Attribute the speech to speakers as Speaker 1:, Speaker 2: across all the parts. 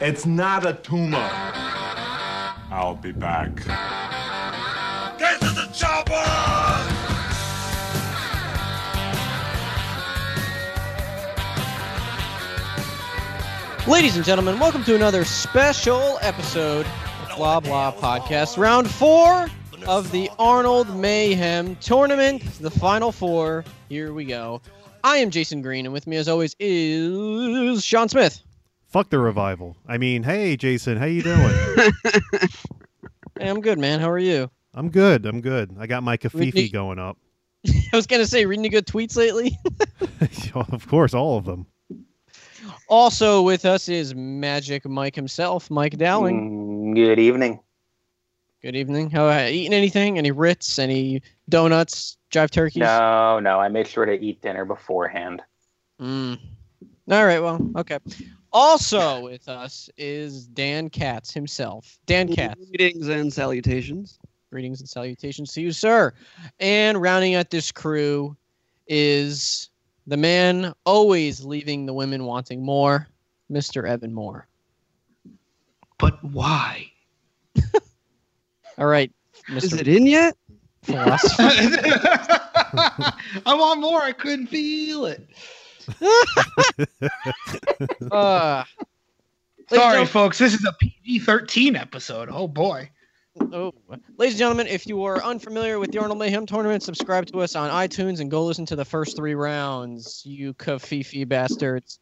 Speaker 1: It's not a tumor. I'll be back. Get to the chopper!
Speaker 2: Ladies and gentlemen, welcome to another special episode of Blah Blah Podcast, round four of the Arnold Mayhem Tournament, the final four. Here we go. I am Jason Green, and with me, as always, is Sean Smith.
Speaker 3: Fuck the revival. I mean, hey Jason, how you doing?
Speaker 2: Hey, I'm good, man. How are you?
Speaker 3: I'm good. I'm good. I got my
Speaker 2: Whitney-
Speaker 3: kafifi going up.
Speaker 2: I was going to say, reading any good tweets lately?
Speaker 3: of course, all of them.
Speaker 2: also with us is Magic Mike himself, Mike Dowling.
Speaker 4: Mm, Good evening.
Speaker 2: Good evening. How eating anything? Any Ritz? Any donuts? Jive turkeys?
Speaker 4: No, no, I made sure to eat dinner beforehand.
Speaker 2: Mm. All right. Well, okay. Also with us is Dan Katz himself.
Speaker 5: Mm-hmm.
Speaker 2: Dan Katz.
Speaker 5: Greetings and salutations.
Speaker 2: Greetings and salutations to you, sir. And rounding out this crew is the man always leaving the women wanting more, Mr. Evan Moore.
Speaker 5: But why?
Speaker 2: All right,
Speaker 5: Is
Speaker 2: Mr.
Speaker 5: it in yet?
Speaker 2: Philosopher.
Speaker 6: I want more. I couldn't feel it.
Speaker 2: Uh, ladies and
Speaker 6: Sorry,
Speaker 2: gentlemen-
Speaker 6: folks. This is a PG 13 episode. Oh, boy.
Speaker 2: Oh. Ladies and gentlemen, if you are unfamiliar with the Arnold Mayhem tournament, subscribe to us on iTunes and go listen to the first three rounds, you kafifi bastards.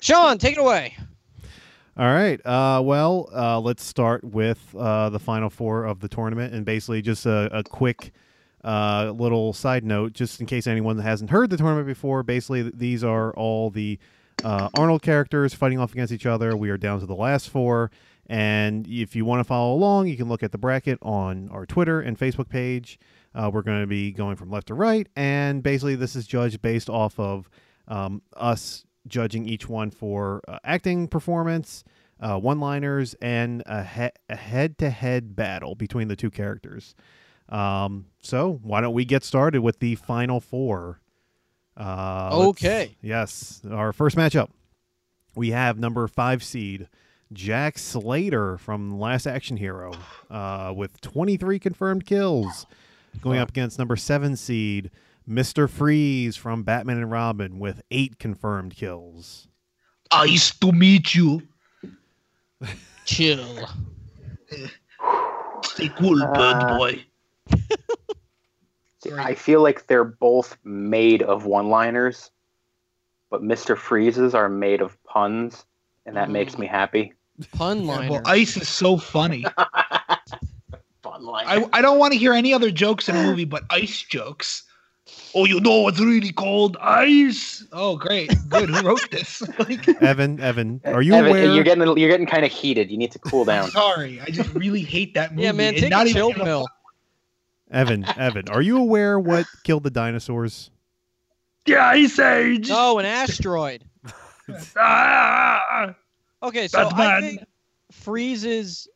Speaker 2: Sean, take it away.
Speaker 3: All right. Uh, well, uh, let's start with uh, the final four of the tournament, and basically just a, a quick uh, little side note, just in case anyone that hasn't heard the tournament before. Basically, th- these are all the uh, Arnold characters fighting off against each other. We are down to the last four, and if you want to follow along, you can look at the bracket on our Twitter and Facebook page. Uh, we're going to be going from left to right, and basically, this is judged based off of um, us judging each one for uh, acting performance, uh, one-liners, and a, he- a head-to-head battle between the two characters. Um, so why don't we get started with the final four? Uh, let's-
Speaker 6: Oh,
Speaker 2: Okay.
Speaker 3: Yes, our first matchup. We have number five seed Jack Slater from Last Action Hero, uh, with 23 confirmed kills, going up against number seven seed Mister Freeze from Batman and Robin with eight confirmed kills.
Speaker 6: Nice to meet you.
Speaker 2: Chill.
Speaker 6: Stay cool,
Speaker 4: Uh,
Speaker 6: bird boy. Sorry.
Speaker 4: I feel like they're both made of one-liners, but Mr. Freezes are made of puns, and that makes me happy.
Speaker 2: Pun
Speaker 6: Yeah,
Speaker 2: liner.
Speaker 6: well, ice is so funny.
Speaker 4: Fun line.
Speaker 6: I, I don't want to hear any other jokes in a movie but ice jokes. Oh, you know what's really cold? Ice. Oh, great. Good. Who wrote this? Like,
Speaker 3: Evan, Evan, are you
Speaker 4: Evan,
Speaker 3: aware?
Speaker 4: You're getting you're getting kind of heated. You need to cool down.
Speaker 6: sorry. I just really hate that movie.
Speaker 2: yeah, man,
Speaker 6: and
Speaker 2: take
Speaker 6: not
Speaker 2: a
Speaker 6: even
Speaker 2: chill
Speaker 6: gonna-
Speaker 2: pill.
Speaker 3: Evan, Evan, are you aware what killed the dinosaurs?
Speaker 6: Yeah, Ice Age.
Speaker 2: No, Oh, an asteroid.
Speaker 6: Ah.
Speaker 2: Okay, so I
Speaker 6: Batman.
Speaker 2: think Freeze's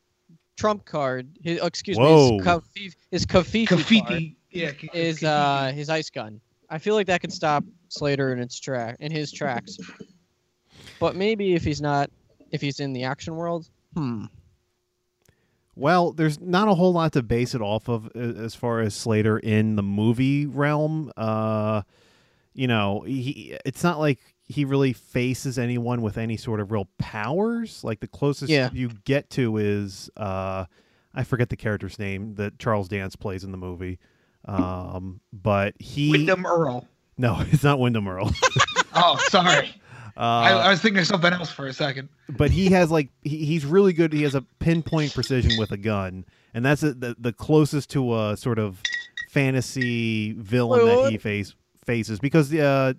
Speaker 2: trump card, his, oh, excuse
Speaker 3: Whoa.
Speaker 2: me, his kafif- his kafifi card
Speaker 6: Graffiti. Yeah. ca-
Speaker 2: is
Speaker 6: graffiti.
Speaker 2: uh, his ice gun. I feel like that could stop Slater in its track in his tracks. But maybe if he's not, if he's in the action world, hmm.
Speaker 3: Well, there's not a whole lot to base it off of a- as far as Slater in the movie realm. Uh, you know, he it's not like he really faces anyone with any sort of real powers. Like the closest
Speaker 2: Yeah.
Speaker 3: you get to is uh, I forget the character's name that Charles Dance plays in the movie. Um, but he
Speaker 6: Wyndham Earl.
Speaker 3: no, it's not Wyndham Earl.
Speaker 6: Oh, sorry.
Speaker 3: Uh,
Speaker 6: I, I was thinking of something else for a second.
Speaker 3: but he has like he, he's really good. He has a pinpoint precision with a gun, and that's a, the the closest to a sort of fantasy villain
Speaker 2: Wait,
Speaker 3: that
Speaker 2: what?
Speaker 3: he face faces because uh,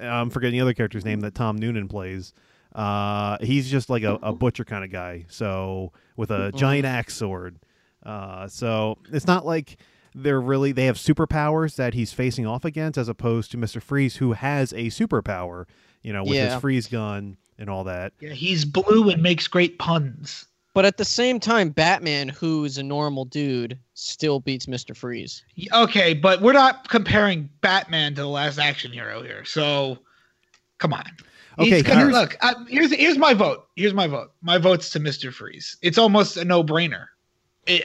Speaker 3: I'm forgetting the other character's name that Tom Noonan plays. Uh, he's just like a, a butcher kind of guy, so with a giant axe sword. Uh, so it's not like they're really they have superpowers that he's facing off against, as opposed to Mister Freeze, who has a superpower, you know, with
Speaker 2: Yeah.
Speaker 3: his freeze gun and all that.
Speaker 6: Yeah, he's blue and makes great puns.
Speaker 2: But at the same time, Batman, who's a normal dude, still beats Mister Freeze.
Speaker 6: Y- Okay, but we're not comparing Batman to the last action hero here. So, come on. He's
Speaker 3: Okay,
Speaker 6: gonna-
Speaker 3: here's-
Speaker 6: look. I, here's here's my vote. Here's my vote. My vote's to Mister Freeze. It's almost a no brainer.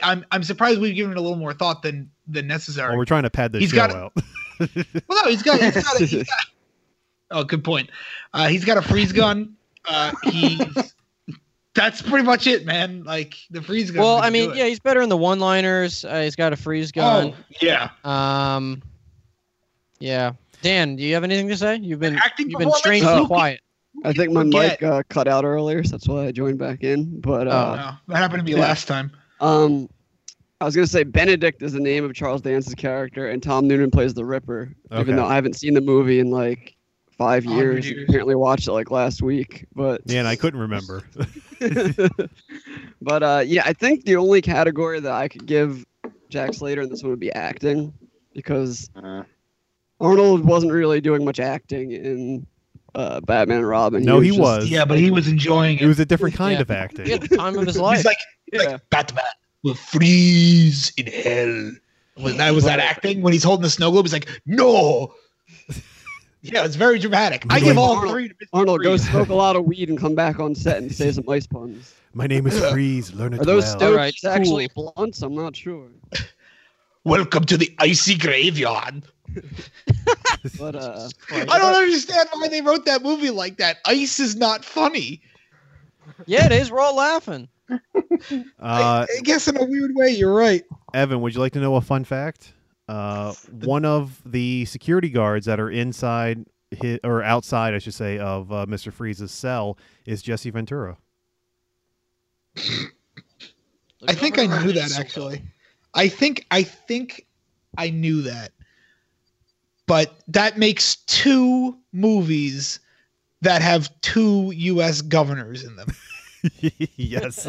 Speaker 6: I'm I'm surprised we've given it a little more thought than than necessary.
Speaker 3: Well, we're trying to pad this
Speaker 6: He's
Speaker 3: show
Speaker 6: got-
Speaker 3: out.
Speaker 6: Well, no, he's got. He's got, a, he's got oh, good point. Uh, he's got a freeze gun. Uh, he's. that's pretty much it, man. Like the freeze gun.
Speaker 2: Well,
Speaker 6: would
Speaker 2: I
Speaker 6: do
Speaker 2: mean,
Speaker 6: it.
Speaker 2: yeah, he's better in the one-liners. Uh, he's got a freeze gun.
Speaker 6: Oh, yeah.
Speaker 2: Um, yeah. Dan, do you have anything to say? You've been
Speaker 6: acting
Speaker 2: you've been
Speaker 6: performance,
Speaker 2: strangely
Speaker 6: Loki.
Speaker 2: quiet.
Speaker 5: I think my
Speaker 6: Forget.
Speaker 5: mic uh, cut out earlier, so that's why I joined back in. But
Speaker 6: Oh,
Speaker 5: uh,
Speaker 6: no. That happened to me
Speaker 5: Yeah.
Speaker 6: last time.
Speaker 5: um, I was gonna say Benedict is the name of Charles Dance's character, and Tom Noonan plays the Ripper.
Speaker 3: Okay.
Speaker 5: Even though I haven't seen the movie in like five
Speaker 6: 100
Speaker 5: years,
Speaker 6: years.
Speaker 5: apparently watched it like last week. But
Speaker 3: Yeah, and I couldn't remember.
Speaker 5: but uh, yeah, I think the only category that I could give Jack Slater in this one would be acting, because
Speaker 4: Uh,
Speaker 5: Arnold wasn't really doing much acting in uh, Batman and Robin.
Speaker 3: No, he
Speaker 5: just-
Speaker 3: was.
Speaker 6: Yeah, but he was enjoying it.
Speaker 3: It was a different kind
Speaker 2: Yeah.
Speaker 3: of acting.
Speaker 2: He had the time of his life.
Speaker 6: he's like, he's
Speaker 5: Yeah.
Speaker 6: like Batman will freeze in hell. Was that was that acting when he's holding the snow globe? He's like, no. yeah, it's very dramatic. I give all three. To Mr.
Speaker 5: Arnold, go
Speaker 6: Freeze.
Speaker 5: smoke a lot of weed and come back on set and say some ice puns.
Speaker 3: My name is Freeze. Learn it
Speaker 5: Are those
Speaker 3: well.
Speaker 5: stones
Speaker 2: Alright,
Speaker 5: actually blunts? I'm not sure.
Speaker 6: Welcome to the icy graveyard.
Speaker 5: But uh,
Speaker 6: I don't understand why they wrote that movie like that. Ice is not funny.
Speaker 2: yeah, it is. We're all laughing.
Speaker 3: uh,
Speaker 6: I, I guess in a weird way, you're right.
Speaker 3: Evan, would you like to know a fun fact? Uh, one of the security guards that are inside hi or outside, I should say, of uh, Mr. Freeze's cell is Jesse Ventura.
Speaker 6: I think I knew that actually. I think I think I knew that. But that makes two movies that have two US governors in them.
Speaker 3: yes.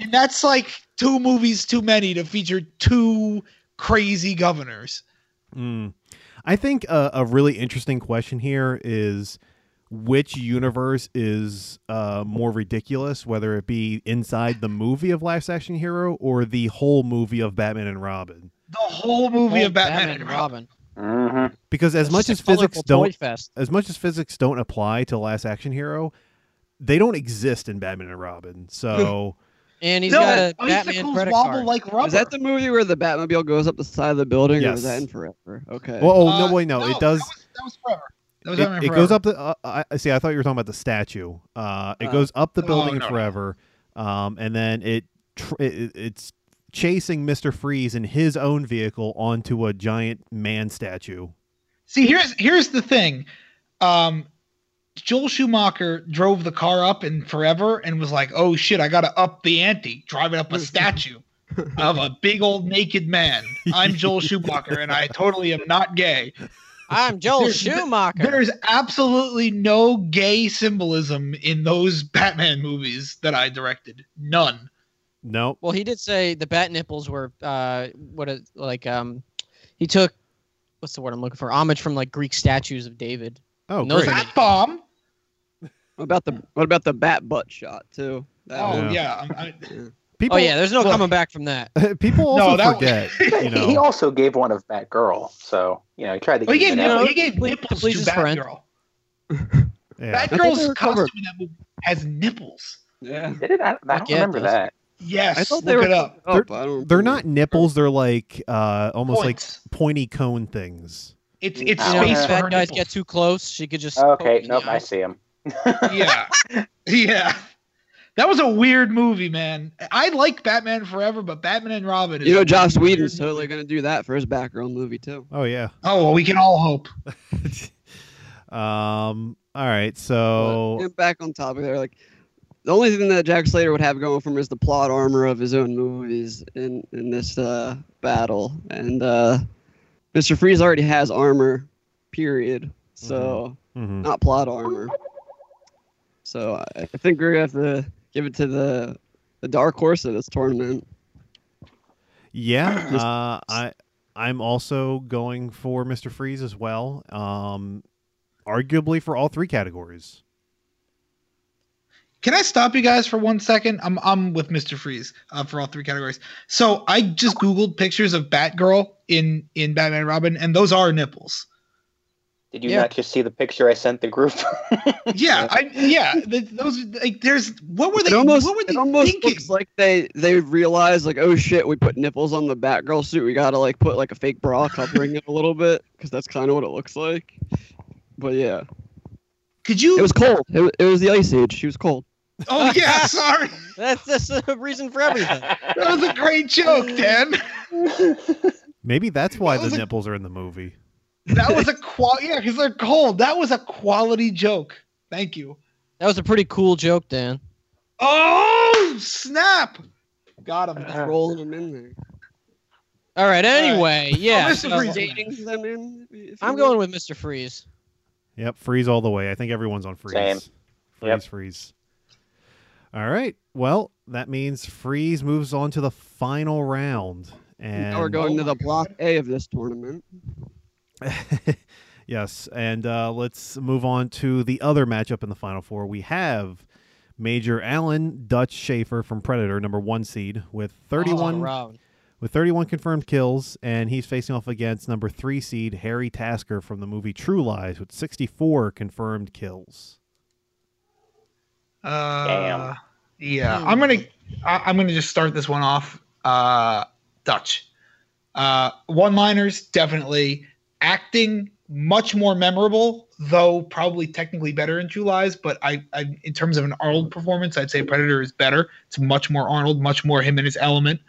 Speaker 6: and that's like two movies too many to feature two crazy governors.
Speaker 3: Mm. I think a, a really interesting question here is which universe is uh, more ridiculous, whether it be inside the movie of Last Action Hero or the whole movie of Batman and Robin.
Speaker 6: The whole movie
Speaker 2: Whole
Speaker 6: of Batman, and Robin.
Speaker 4: mhm.
Speaker 3: Because as
Speaker 2: It's
Speaker 3: much as
Speaker 2: just a colorful
Speaker 3: physics don't
Speaker 2: toy fest.
Speaker 3: as much as physics don't apply to Last Action Hero, they don't exist in Batman and Robin. So
Speaker 2: and he's
Speaker 6: no,
Speaker 2: got a Batman
Speaker 6: icicles
Speaker 2: credit
Speaker 6: wobble
Speaker 2: card.
Speaker 6: like rubber.
Speaker 5: is that the movie where the Batmobile goes up the side of the building, or
Speaker 3: Yes.
Speaker 5: is that in forever? Okay.
Speaker 3: well, oh, no,
Speaker 6: Uh,
Speaker 3: wait, no,
Speaker 6: no,
Speaker 3: it does.
Speaker 6: That was, that was forever. That was Batman
Speaker 3: It, it goes
Speaker 6: Forever.
Speaker 3: up the. Uh, I I- see. I thought you were talking about the statue. Uh, it
Speaker 5: Oh.
Speaker 3: goes up the
Speaker 6: Oh,
Speaker 3: building
Speaker 6: no, no.
Speaker 3: forever, um, and then it, tr- it it- it's chasing Mister Freeze in his own vehicle onto a giant man statue.
Speaker 6: See, here's here's the thing. Um, Joel Schumacher drove the car up in forever and was like, "Oh shit, I gotta up the ante, driving up a statue of a big old naked man." I'm Joel Schumacher, and I totally am not gay.
Speaker 2: I'm Joel
Speaker 6: There's-
Speaker 2: Schumacher.
Speaker 6: There's absolutely no gay symbolism in those Batman movies that I directed. None.
Speaker 3: No,
Speaker 2: Well, he did say the bat nipples were uh, what a, like um, he took what's the word I'm looking for? Homage from like Greek statues of David.
Speaker 3: oh
Speaker 2: No,
Speaker 3: great.
Speaker 2: sir.
Speaker 6: Bat bomb.
Speaker 5: what about the what about the bat butt shot too? That
Speaker 6: Oh
Speaker 5: one.
Speaker 3: Yeah.
Speaker 6: yeah. I'm- I-
Speaker 3: people.
Speaker 2: oh yeah, there's no
Speaker 6: look.
Speaker 2: coming back from that.
Speaker 3: people also
Speaker 6: No, that-
Speaker 3: forget. you
Speaker 4: He- He
Speaker 3: know,
Speaker 4: also gave one of Batgirl, so you know he tried to.
Speaker 6: well, oh, he
Speaker 4: keep
Speaker 6: gave,
Speaker 4: it out.
Speaker 6: nipple, he gave
Speaker 2: please-
Speaker 6: nipples
Speaker 2: please
Speaker 6: to
Speaker 2: just friend.
Speaker 6: Batgirl.
Speaker 3: yeah.
Speaker 5: they
Speaker 6: Batgirl's
Speaker 5: were
Speaker 6: costume
Speaker 5: covered.
Speaker 6: in that movie has nipples.
Speaker 5: yeah.
Speaker 4: Did it? I, I don't
Speaker 2: Yeah, it
Speaker 4: remember
Speaker 2: does.
Speaker 4: that.
Speaker 6: Yes,
Speaker 5: I thought they
Speaker 6: look
Speaker 5: were
Speaker 6: it up.
Speaker 5: up. Oh, I don't
Speaker 3: they're not nipples. They're like uh, almost
Speaker 6: Points.
Speaker 3: like pointy cone things.
Speaker 6: It's it's
Speaker 2: You
Speaker 4: Ow.
Speaker 2: know, when
Speaker 6: space
Speaker 4: Yeah.
Speaker 6: for
Speaker 2: fat
Speaker 6: her
Speaker 2: guys
Speaker 6: nipples.
Speaker 2: get too close, she could just. poke
Speaker 4: Okay,
Speaker 2: in the
Speaker 4: nope, I
Speaker 2: eye.
Speaker 4: see him.
Speaker 6: yeah, yeah. That was a weird movie, man. I like Batman Forever, but Batman and Robin. Is
Speaker 5: You know, Josh
Speaker 6: a weird
Speaker 5: Whedon's
Speaker 6: movie.
Speaker 5: totally gonna do that for his background movie too.
Speaker 3: Oh yeah.
Speaker 6: Oh well, we can all hope.
Speaker 3: um. All right.
Speaker 5: But
Speaker 3: So
Speaker 5: getting back on topic there, like the only thing that Jack Slater would have going for him is the plot armor of his own movies in in this uh, battle, and uh, Mister Freeze already has armor, period. So
Speaker 3: mhm.
Speaker 5: not plot armor. So I, I think we're gonna have to give it to the the dark horse of this tournament.
Speaker 3: Yeah, uh, I I'm also going for Mr. Freeze as well. Um, arguably for all three categories.
Speaker 6: Can I stop you guys for one second? I'm I'm with Mr. Freeze uh, for all three categories. So I just googled pictures of Batgirl in in Batman and Robin, and those are nipples.
Speaker 4: Did you
Speaker 2: Yeah.
Speaker 4: not just see the picture I sent the group?
Speaker 6: Yeah, I yeah. th those like there's what were they?
Speaker 5: it almost,
Speaker 6: what were they
Speaker 5: it almost
Speaker 6: thinking?
Speaker 5: looks like they they realized like oh shit we put nipples on the Batgirl suit we gotta like put like a fake bra covering it a little bit because that's kind of what it looks like. But yeah,
Speaker 6: Could you?
Speaker 5: it was cold. It was, it was the ice age. She was cold.
Speaker 6: oh yeah, sorry.
Speaker 2: That's that's a reason for
Speaker 3: Um,
Speaker 2: everything.
Speaker 6: That was a great joke, Dan.
Speaker 3: Maybe that's why
Speaker 6: That
Speaker 3: the
Speaker 6: was a-
Speaker 3: nipples are in the movie.
Speaker 6: That was a qual. Yeah, because they're cold. That was a quality joke. Thank you.
Speaker 2: That was a pretty cool joke, Dan.
Speaker 6: Oh snap! Got him.
Speaker 4: Uh,
Speaker 5: Rolling them in there.
Speaker 2: All right.
Speaker 6: right.
Speaker 2: Anyway, yeah.
Speaker 6: Mr.
Speaker 2: so-
Speaker 6: Freeze.
Speaker 5: Dating them in. if
Speaker 2: I'm
Speaker 5: you
Speaker 2: going
Speaker 5: will.
Speaker 2: with Mr. Freeze.
Speaker 3: Yep, freeze all the way. I think everyone's on freeze.
Speaker 4: Same.
Speaker 3: Freeze,
Speaker 4: Yep.
Speaker 3: freeze. All right. Well, that means freeze moves on to the final round. And
Speaker 5: Now we're going
Speaker 6: Oh
Speaker 5: to the block A of this tournament.
Speaker 3: yes, and uh, let's move on to the other matchup in the final four. We have Major Allen Dutch Schaefer from Predator, number one seed, with
Speaker 2: Oh,
Speaker 3: 31
Speaker 2: round.
Speaker 3: with 31 confirmed kills, and he's facing off against number three seed Harry Tasker from the movie True Lies with 64 confirmed kills.
Speaker 6: Uh,
Speaker 4: Damn.
Speaker 6: Yeah, I'm gonna I, I'm gonna just start this one off. Uh, Dutch. Uh, one-liners definitely. Acting much more memorable, though probably technically better in True Lies. But I, I in terms of an Arnold performance, I'd say Predator is better. It's much more Arnold, much more him in his element.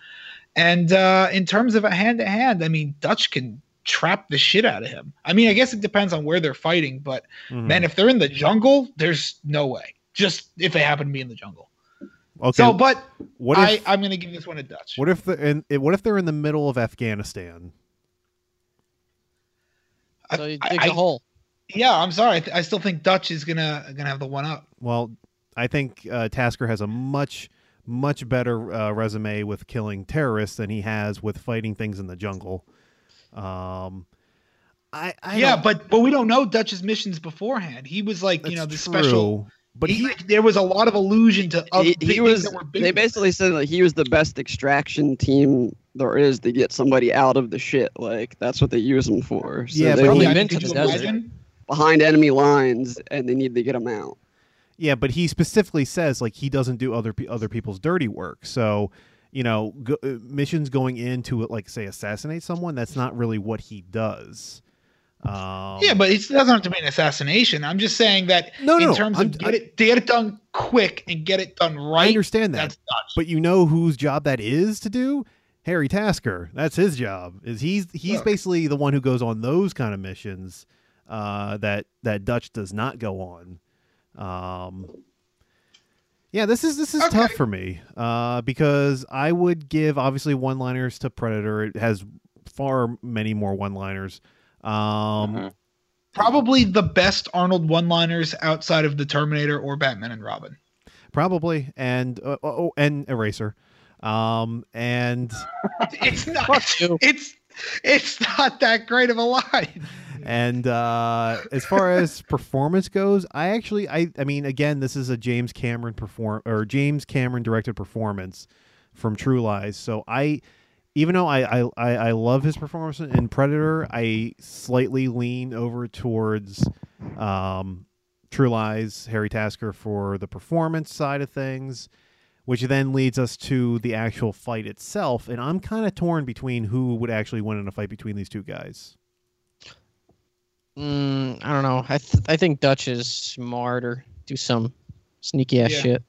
Speaker 6: And uh, in terms of a hand-to-hand, I mean Dutch can trap the shit out of him. I mean, I guess it depends on where they're fighting, but
Speaker 3: Mhm.
Speaker 6: Man, if they're in the jungle, there's no way. Just if they happen to be in the jungle.
Speaker 3: Mm-hmm. okay,
Speaker 6: So, but
Speaker 3: what
Speaker 6: I,
Speaker 3: if
Speaker 6: I'm going to give this one a Dutch.
Speaker 3: what if they're in, eh, what if they're in the middle of Afghanistan?
Speaker 6: I-
Speaker 2: So he
Speaker 6: I-
Speaker 2: digs a
Speaker 6: I-
Speaker 2: hole.
Speaker 6: yeah, I'm sorry. I, th- I still think Dutch is going to going to have the one up.
Speaker 3: Well, I think uh, Tasker has a much much better uh, resume with killing terrorists than he has with fighting things in the jungle. Um, I, I
Speaker 6: yeah,
Speaker 3: don't-
Speaker 6: but but we don't know Dutch's missions beforehand. He was like, you know, the
Speaker 3: that's
Speaker 6: special.
Speaker 3: true, But
Speaker 6: he,
Speaker 3: he,
Speaker 6: like, there was a lot of allusion to other
Speaker 5: He,
Speaker 6: things
Speaker 5: he was.
Speaker 6: that were big.
Speaker 5: They basically said that he was the best extraction team there is to get somebody out of the shit. Like that's what they use him for. So
Speaker 3: Yeah,
Speaker 5: they
Speaker 3: but
Speaker 5: were
Speaker 2: he-
Speaker 6: yeah,
Speaker 2: been
Speaker 6: I mean,
Speaker 2: to
Speaker 6: could
Speaker 2: the
Speaker 6: you
Speaker 2: desert.
Speaker 6: imagine?
Speaker 5: behind enemy lines, and they need to get him out.
Speaker 3: yeah, but he specifically says like he doesn't do other pe- other people's dirty work. So, you know, go, uh, missions going in to like say assassinate someone that's not really what he does. Um,
Speaker 6: Yeah, but it doesn't have to be an assassination. I'm just saying that
Speaker 3: no, no,
Speaker 6: in
Speaker 3: no,
Speaker 6: terms
Speaker 3: I'm-
Speaker 6: of get it, get it done quick and get it done
Speaker 3: I
Speaker 6: right.
Speaker 3: understand that.
Speaker 6: That's Dutch.
Speaker 3: But you know whose job that is to do? Harry Tasker. That's his job. Is he's he's
Speaker 6: Look.
Speaker 3: basically the one who goes on those kind of missions uh, that that Dutch does not go on. Um, yeah, this is this is
Speaker 6: Okay.
Speaker 3: tough for me uh, because I would give obviously one liners to Predator. It has far many more one liners. Um,
Speaker 6: Mm-hmm.
Speaker 4: Mhm.
Speaker 6: probably the best Arnold one-liners outside of the Terminator or Batman and Robin.
Speaker 3: Probably and uh, oh, and Eraser. Um, and
Speaker 6: It's
Speaker 2: Fuck
Speaker 6: not.
Speaker 2: you.
Speaker 6: It's it's not that great of a line.
Speaker 3: And uh, as far as performance goes, I actually, I, I mean, again, this is a James Cameron perform or James Cameron directed performance from True Lies. So I, even though I, I, I, I love his performance in Predator, I slightly lean over towards um, True Lies, Harry Tasker for the performance side of things. Which then leads us to the actual fight itself, and I'm kind of torn between who would actually win in a fight between these two guys.
Speaker 2: Mm, I don't know. I th- I think Dutch is smarter. Do some sneaky ass
Speaker 6: Yeah.
Speaker 2: shit.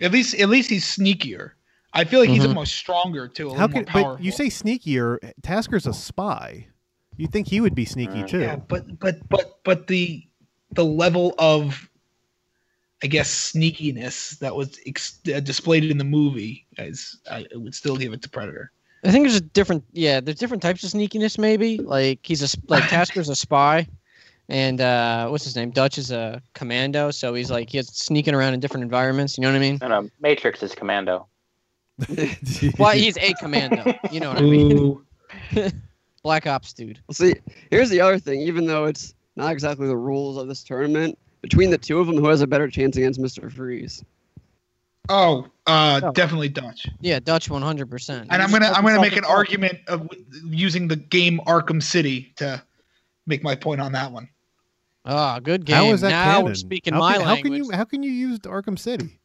Speaker 6: At least at least he's sneakier. I feel like he's
Speaker 2: Mhm.
Speaker 6: almost stronger too. A little
Speaker 3: Mm-hmm. How
Speaker 6: more
Speaker 3: could
Speaker 6: powerful.
Speaker 3: but you say sneakier? Tasker's a spy. You would think he would be sneaky
Speaker 4: Mm.
Speaker 3: too?
Speaker 6: yeah, but but but but the the level of I guess sneakiness that was ex- uh, displayed in the movie is I would still give it to Predator.
Speaker 2: I think there's a different yeah, there's different types of sneakiness maybe. Like he's a s- like Tasker's a spy and uh what's his name? Dutch is a commando, so he's like he's sneaking around in different environments, you know what I mean?
Speaker 4: no, no. Matrix is Commando.
Speaker 2: Well, he's a commando, you know what I mean? Black Ops dude.
Speaker 5: Well, See, here's the other thing. Even though it's not exactly the rules of this tournament, between the two of them, who has a better chance against Mister Freeze?
Speaker 6: Oh, uh, definitely Dutch.
Speaker 2: Yeah, Dutch 100%.
Speaker 6: And I'm gonna I'm gonna make an argument of w- using the game Arkham City to make my point on that one.
Speaker 2: Ah, good game.
Speaker 3: How is that
Speaker 2: now
Speaker 3: canon?
Speaker 2: we're speaking
Speaker 3: how
Speaker 2: my
Speaker 3: can,
Speaker 2: language.
Speaker 3: How can you how can you use Arkham City?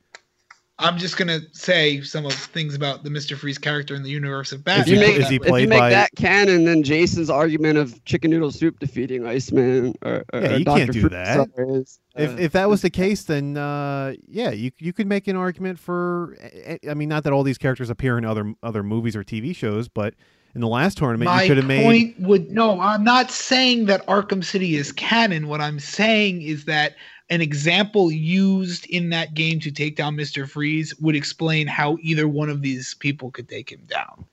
Speaker 6: I'm just gonna say some of the things about the Mister Freeze character in the universe of
Speaker 3: Is
Speaker 6: Batman.
Speaker 3: he,
Speaker 5: you make-
Speaker 3: is he
Speaker 5: If you
Speaker 3: played
Speaker 5: make
Speaker 3: by?
Speaker 5: that canon, then Jason's argument of chicken noodle soup defeating Iceman or, or
Speaker 3: Yeah,
Speaker 5: or
Speaker 3: you
Speaker 5: Dr.
Speaker 3: can't do
Speaker 5: Freeze,
Speaker 3: that.
Speaker 5: sorry, is,
Speaker 3: if
Speaker 5: uh,
Speaker 3: if that was the case, then uh, yeah, you you could make an argument for. eh, I- I mean, not that all these characters appear in other other movies or TV shows, but in the last tournament,
Speaker 6: my
Speaker 3: you could have made.
Speaker 6: point would no. I'm not saying that Arkham City is canon. What I'm saying is that an example used in that game to take down Mister Freeze would explain how either one of these people could take him down.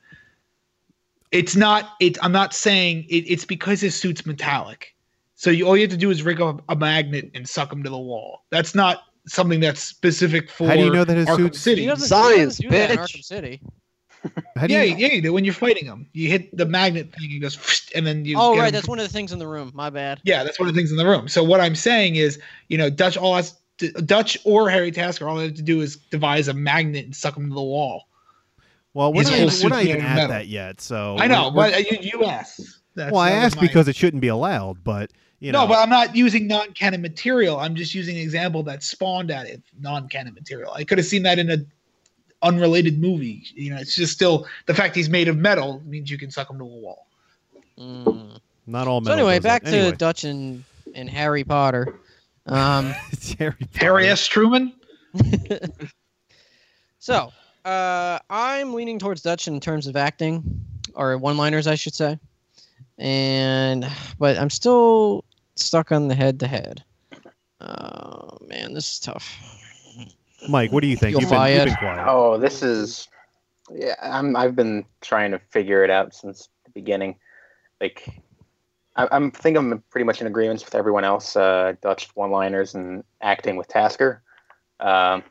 Speaker 6: It's not. It. I'm not saying it, it's because his suit's metallic. So you, all you have to do is rig up a magnet and suck him to the wall. That's not something that's specific for.
Speaker 3: How do you know that his
Speaker 6: Arkham
Speaker 3: suit's-
Speaker 2: He
Speaker 6: City?
Speaker 2: doesn't- he
Speaker 5: Science,
Speaker 2: doesn't do that in
Speaker 5: bitch.
Speaker 2: Arkham City.
Speaker 3: How do
Speaker 6: Yeah,
Speaker 3: you,
Speaker 6: yeah. When you're fighting him, you hit the magnet thing. He goes, and then you.
Speaker 2: Oh,
Speaker 6: get
Speaker 2: right.
Speaker 6: him
Speaker 2: That's
Speaker 6: from-
Speaker 2: one of the things in the room. My bad.
Speaker 6: Yeah, that's one of the things in the room. So what I'm saying is, you know, Dutch all has to, Dutch or Harry Tasker all they have to do is devise a magnet and suck him to the wall.
Speaker 3: Well, we're not,
Speaker 6: His whole
Speaker 3: even- we're
Speaker 6: suit's
Speaker 3: not even
Speaker 6: made of
Speaker 3: at
Speaker 6: metal.
Speaker 3: that yet, so
Speaker 6: I know,
Speaker 3: we're-
Speaker 6: but uh, you, you asked. That's,
Speaker 3: well, I
Speaker 6: that was
Speaker 3: asked
Speaker 6: my-
Speaker 3: because it shouldn't be allowed, but you know,
Speaker 6: no, but I'm not using non-canon material. I'm just using an example that spawned at it non-canon material. I could have seen that in a unrelated movie. You know, it's just still the fact he's made of metal means you can suck him to a wall.
Speaker 2: Mm.
Speaker 3: not all.
Speaker 2: So
Speaker 3: metal
Speaker 2: anyway,
Speaker 3: does that.
Speaker 2: back to Dutch and, and Harry Potter. Um,
Speaker 3: Anyway, Harry
Speaker 6: Harry
Speaker 3: Potter.
Speaker 6: S. Truman.
Speaker 2: so uh, I'm leaning towards Dutch in terms of acting, or one-liners, I should say. And but I'm still stuck on the head-to-head. Oh man, this is tough.
Speaker 3: Mike, what do you think?
Speaker 2: You'll
Speaker 3: You've been,
Speaker 2: buy
Speaker 3: you've
Speaker 2: it.
Speaker 3: been quiet.
Speaker 4: Oh, this is yeah. I'm I've been trying to figure it out since the beginning. Like, I, I'm think I'm pretty much in agreement with everyone else. Uh, Dutch one-liners and acting with Tasker. Um,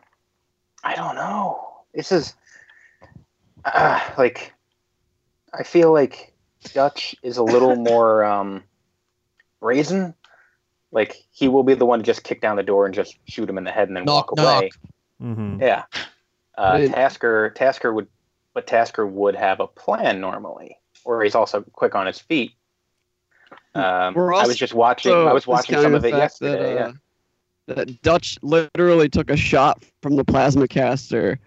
Speaker 4: I don't know. This is uh, like I feel like Dutch is a little more um, brazen. Like he will be the one to just kick down the door and just shoot him in the head and then
Speaker 2: Knock,
Speaker 4: walk
Speaker 2: knock.
Speaker 4: away.
Speaker 5: Mm.
Speaker 3: hmm
Speaker 4: Yeah. Uh,
Speaker 5: Right.
Speaker 4: Tasker Tasker would but Tasker would have a plan normally. Or he's also quick on his feet. Um,
Speaker 5: We're
Speaker 4: I
Speaker 5: also-
Speaker 4: was just watching I was watching some
Speaker 5: discounting
Speaker 4: of
Speaker 5: the
Speaker 4: it
Speaker 5: fact
Speaker 4: yesterday.
Speaker 5: That, uh, that Dutch literally took a shot from the plasma caster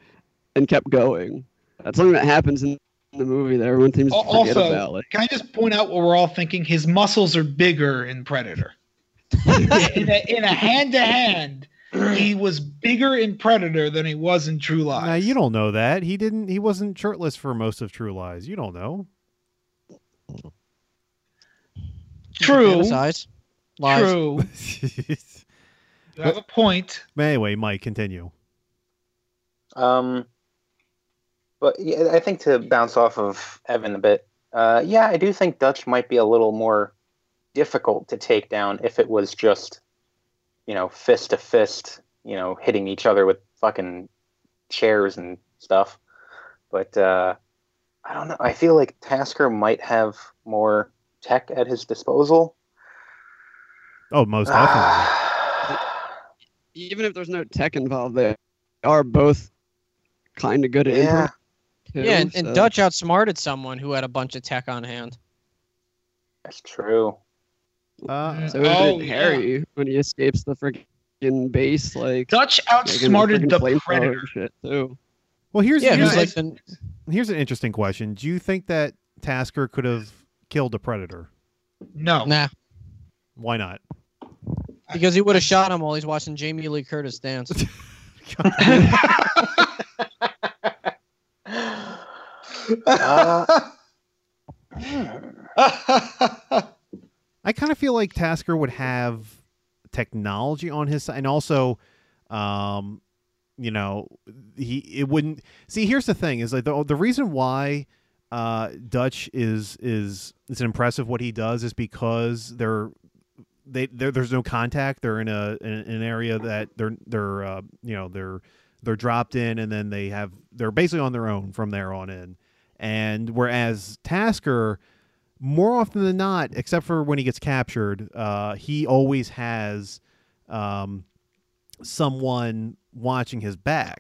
Speaker 5: and kept going. That's something that happens in the movie that everyone seems to
Speaker 6: Al-
Speaker 5: forget
Speaker 6: also-
Speaker 5: about. Like,
Speaker 6: Can I just point out what we're all thinking? His muscles are bigger in Predator. in a in a hand to hand, he was bigger in Predator than he was in True Lies.
Speaker 3: Now you don't know that he didn't. He wasn't shirtless for most of True Lies. You don't know.
Speaker 6: True.
Speaker 2: Emphasize. Lies.
Speaker 6: True. You have a point.
Speaker 3: But anyway, Mike, continue.
Speaker 4: Yeah. Um, but yeah, I think to bounce off of Evan a bit, uh, yeah, I do think Dutch might be a little more difficult to take down if it was just, you know, fist to fist, you know, hitting each other with fucking chairs and stuff. But uh, I don't know. I feel like Tasker might have more tech at his disposal.
Speaker 3: Oh, most
Speaker 4: Ah.
Speaker 3: definitely.
Speaker 5: even if there's no tech involved, they are both kind of good at
Speaker 4: yeah.
Speaker 5: improv. too,
Speaker 2: Yeah, and, and
Speaker 5: so-
Speaker 2: Dutch outsmarted someone who had a bunch of tech on hand.
Speaker 4: That's true.
Speaker 3: Uh,
Speaker 2: Mm-hmm.
Speaker 5: So is
Speaker 6: Oh,
Speaker 5: it
Speaker 6: yeah.
Speaker 5: Harry when he escapes the freaking base, like
Speaker 6: Dutch
Speaker 5: making the
Speaker 6: outsmarted
Speaker 5: freaking
Speaker 6: the
Speaker 5: flamethrower
Speaker 6: Predator.
Speaker 5: and shit too.
Speaker 3: well, here's
Speaker 2: Yeah,
Speaker 3: here's,
Speaker 2: who's like
Speaker 6: guys-
Speaker 2: the,
Speaker 3: here's an interesting question. Do you think that Tasker could have killed a predator?
Speaker 6: No.
Speaker 2: nah
Speaker 3: Why not?
Speaker 2: because he would have shot him while he's watching Jamie Lee Curtis dance.
Speaker 4: Uh, hmm.
Speaker 3: I kind of feel like Tasker would have technology on his side, and also, um, you know, he it wouldn't. See, here's the thing: is like the the reason why uh, Dutch is is it's impressive what he does is because they're they there there's no contact. They're in a in an area that they're they're uh, you know they're they're dropped in, and then they have they're basically on their own from there on in. And whereas Tasker, more often than not, except for when he gets captured, uh, he always has um, someone watching his back.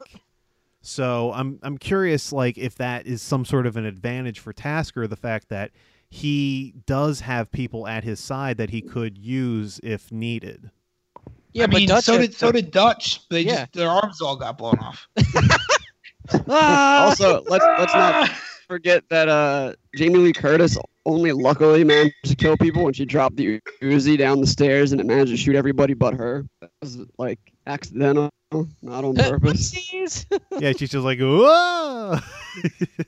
Speaker 3: So I'm I'm curious, like if that is some sort of an advantage for Tasker, the fact that he does have people at his side that he could use if needed.
Speaker 6: Yeah, I mean, so did so did Dutch. They yeah. just their arms all got blown off. Ah,
Speaker 5: also, let's let's not forget that uh, Jamie Lee Curtis only luckily managed to kill people when she dropped the Uzi down the stairs and it managed to shoot everybody but her. That was like accidental, not on purpose.
Speaker 3: yeah, she's just like, whoa.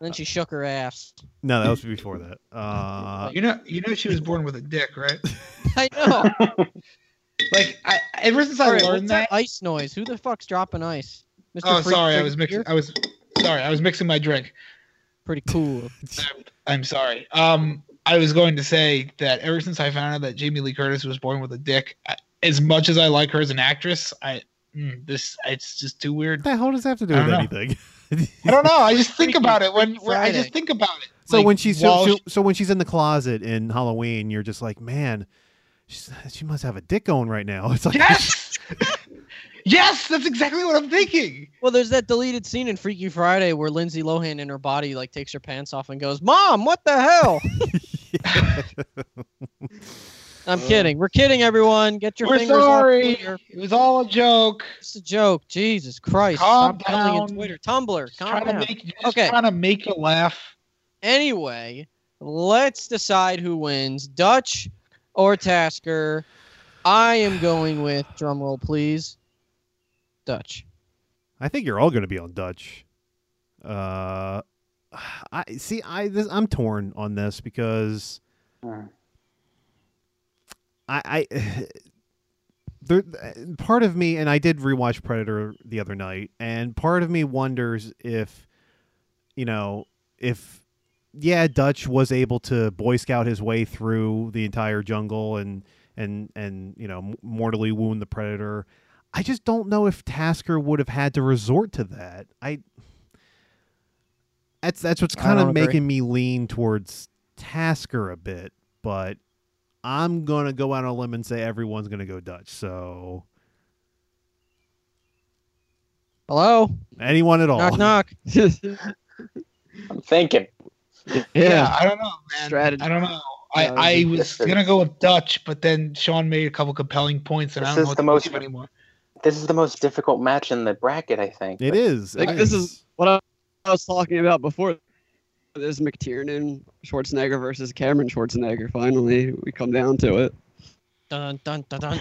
Speaker 2: then she shook her ass.
Speaker 3: No, that was before that. Uh...
Speaker 6: You know, you know, she was born with a dick, right?
Speaker 2: I know.
Speaker 6: like, I, ever since I
Speaker 2: Wait,
Speaker 6: learned
Speaker 2: what's that ice noise. Who the fuck's dropping ice? Mr.
Speaker 6: Oh,
Speaker 2: Freak
Speaker 6: sorry, I
Speaker 2: Freak
Speaker 6: was mixing.
Speaker 2: here?
Speaker 6: I was sorry, I was mixing my drink.
Speaker 2: Pretty cool.
Speaker 6: I'm, I'm sorry. Um, I was going to say that ever since I found out that Jamie Lee Curtis was born with a dick, I, as much as I like her as an actress, I mm, this it's just too
Speaker 3: What
Speaker 6: weird.
Speaker 3: the hell does that have to do
Speaker 6: I
Speaker 3: with
Speaker 6: don't
Speaker 3: anything?
Speaker 6: I don't know. I just think about it when,
Speaker 2: Freaky
Speaker 6: when I
Speaker 2: Friday.
Speaker 6: just think about it.
Speaker 3: So
Speaker 6: Like,
Speaker 3: when she's so,
Speaker 6: while
Speaker 3: so, so when she's in the closet in Halloween, you're just like, man, she's, she must have a dick going right now. It's like,
Speaker 6: Yes. yes, that's exactly what I'm thinking.
Speaker 2: Well, there's that deleted scene in Freaky Friday where Lindsay Lohan in her body like takes her pants off and goes, "Mom, what the hell?" I'm kidding. We're kidding, everyone. Get your
Speaker 6: Uh. We're
Speaker 2: fingers off
Speaker 6: sorry.
Speaker 2: Twitter.
Speaker 6: It was all a joke.
Speaker 2: It's a joke. Jesus Christ.
Speaker 6: Calm
Speaker 2: Stop peddling in
Speaker 6: down.
Speaker 2: Twitter. Tumblr.
Speaker 6: Just
Speaker 2: Calm
Speaker 6: trying
Speaker 2: down.
Speaker 6: to make just
Speaker 2: Okay.
Speaker 6: trying to make you laugh.
Speaker 2: Anyway, let's decide who wins, Dutch or Tasker. I am going with drumroll, please. Dutch.
Speaker 3: I think you're all going to be on Dutch. Uh, I see. I this, I'm torn on this because
Speaker 6: Hmm.
Speaker 3: I, I there part of me, and I did rewatch Predator the other night, and part of me wonders if you know if yeah, Dutch was able to Boy Scout his way through the entire jungle and and and you know m- mortally wound the predator. I just don't know if Tasker would have had to resort to that. I that's that's what's
Speaker 2: I
Speaker 3: kind of
Speaker 2: don't agree.
Speaker 3: making me lean towards Tasker a bit, but I'm gonna go out on a limb and say everyone's gonna go Dutch. So
Speaker 2: Hello?
Speaker 3: anyone at all?
Speaker 2: Knock, knock.
Speaker 5: yeah.
Speaker 4: I'm thinking.
Speaker 6: I don't know, Oh, man.
Speaker 5: Strategy.
Speaker 6: I don't know. I,
Speaker 5: Yeah,
Speaker 6: I
Speaker 5: it's-
Speaker 6: was gonna go with Dutch, but then Sean made a couple compelling points, and I
Speaker 4: This
Speaker 6: don't
Speaker 4: is
Speaker 6: know what
Speaker 4: the
Speaker 6: to
Speaker 4: most-
Speaker 6: believe anymore.
Speaker 4: This is the most difficult match in the bracket, I think.
Speaker 3: It is.
Speaker 5: Like,
Speaker 3: it
Speaker 5: this is what I, I was talking about before. This McTiernan Schwarzenegger versus Cameron Schwarzenegger. Finally, we come down to it.
Speaker 2: Dun, dun, dun, dun.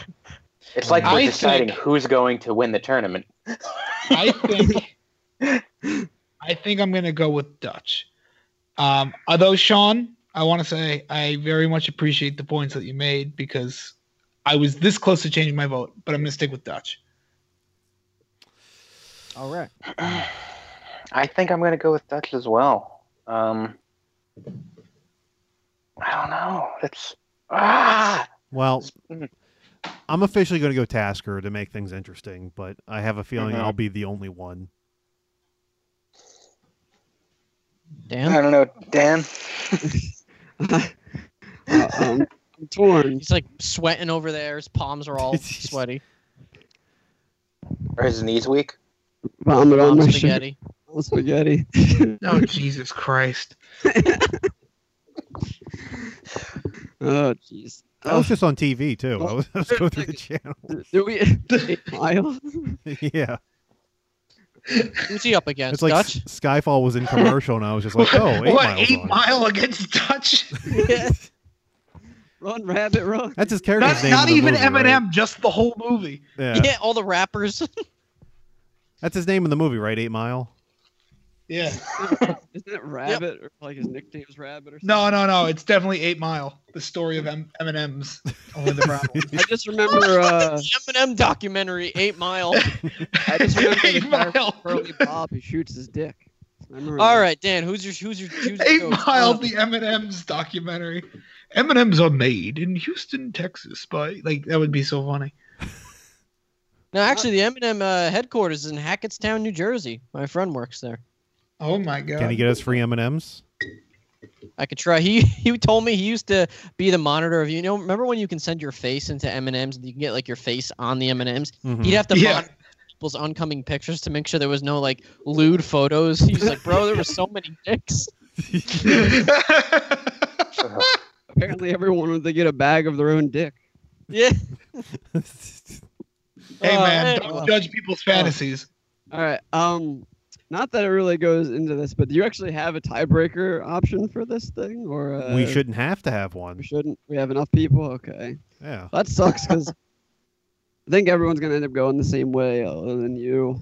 Speaker 4: It's like we're
Speaker 6: I
Speaker 4: deciding
Speaker 6: think-
Speaker 4: who's going to win the tournament.
Speaker 6: I think I think I'm gonna go with Dutch. Um, although Sean, I want to say I very much appreciate the points that you made because I was this close to changing my vote, but I'm gonna stick with Dutch.
Speaker 2: All right.
Speaker 4: I think I'm going to go with Dutch as well. Um, I don't know. It's ah.
Speaker 3: Well,
Speaker 6: mm-hmm.
Speaker 4: Mm.
Speaker 3: I'm officially going to go Tasker to make things interesting, but I have a feeling
Speaker 6: Mm-hmm.
Speaker 4: Mhm.
Speaker 3: I'll be the only one.
Speaker 4: I
Speaker 2: Damn.
Speaker 4: don't know, Dan.
Speaker 5: Uh, um, I'm torn.
Speaker 2: He's like sweating over there. His palms are all sweaty.
Speaker 4: Are his knees weak?
Speaker 5: Vomit on
Speaker 2: Mom's
Speaker 5: my shirt.
Speaker 2: spaghetti.
Speaker 5: Oh, Spaghetti.
Speaker 6: Oh Jesus Christ!
Speaker 5: Oh, jeez.
Speaker 3: That was just on TV too. I was, I was going through the channel.
Speaker 5: Do we? Eight Mile?
Speaker 3: yeah,
Speaker 2: Who's he up against?
Speaker 3: it's like
Speaker 2: Dutch?
Speaker 3: S- Skyfall was in commercial, and I was just like, "Oh, eight
Speaker 6: what
Speaker 3: miles
Speaker 6: eight
Speaker 3: on.
Speaker 6: mile against Dutch?
Speaker 5: Run, rabbit, run.
Speaker 3: That's his character's
Speaker 6: not
Speaker 3: name.
Speaker 6: not
Speaker 3: in the
Speaker 6: even
Speaker 3: movie, right?
Speaker 6: Eminem, just the whole movie.
Speaker 3: Yeah.
Speaker 2: yeah. all the rappers.
Speaker 3: that's his name in the movie, right? Eight Mile.
Speaker 6: Yeah.
Speaker 5: Isn't it rabbit? Or like his nickname's rabbit or something?
Speaker 6: No, no, no. It's definitely Eight Mile. The story of M- Eminem's only the problem.
Speaker 5: I just remember. Uh,
Speaker 2: Eminem documentary, Eight Mile.
Speaker 5: I just remember the
Speaker 6: Eight
Speaker 5: part
Speaker 6: Mile.
Speaker 5: with Curly Bob who shoots his dick. I remember
Speaker 2: All
Speaker 5: that.
Speaker 2: right, Dan. Who's your who's your who's your
Speaker 6: Eight
Speaker 2: coach?
Speaker 6: Mile,
Speaker 2: Uh,
Speaker 6: the Eminem's documentary. Eminems are made in Houston, Texas. But like that would be so funny.
Speaker 2: No, actually, the Eminem uh, headquarters is in Hackettstown, New Jersey. My friend works there.
Speaker 6: Oh my god.
Speaker 3: Can he get us free M and M's?
Speaker 2: I could try. He he told me he used to be the monitor of you know. Remember when you can send your face into M and M's and you can get like your face on the M and M's?
Speaker 3: Mhm.
Speaker 2: He'd have to
Speaker 6: Yeah.
Speaker 2: monitor people's oncoming pictures to make sure there was no like lewd photos. He's like, bro, there were so many dicks.
Speaker 5: Apparently, everyone wanted to get a bag of their own dick.
Speaker 2: Yeah.
Speaker 6: hey
Speaker 2: Uh,
Speaker 6: man,
Speaker 2: anyway.
Speaker 6: don't judge people's fantasies.
Speaker 5: All right. Um, not that it really goes into this, but do you actually have a tiebreaker option for this thing, or uh,
Speaker 3: we shouldn't have to have one.
Speaker 5: We shouldn't. We have enough people. Okay.
Speaker 3: Yeah.
Speaker 5: That sucks because I think everyone's gonna end up going the same way, other than you.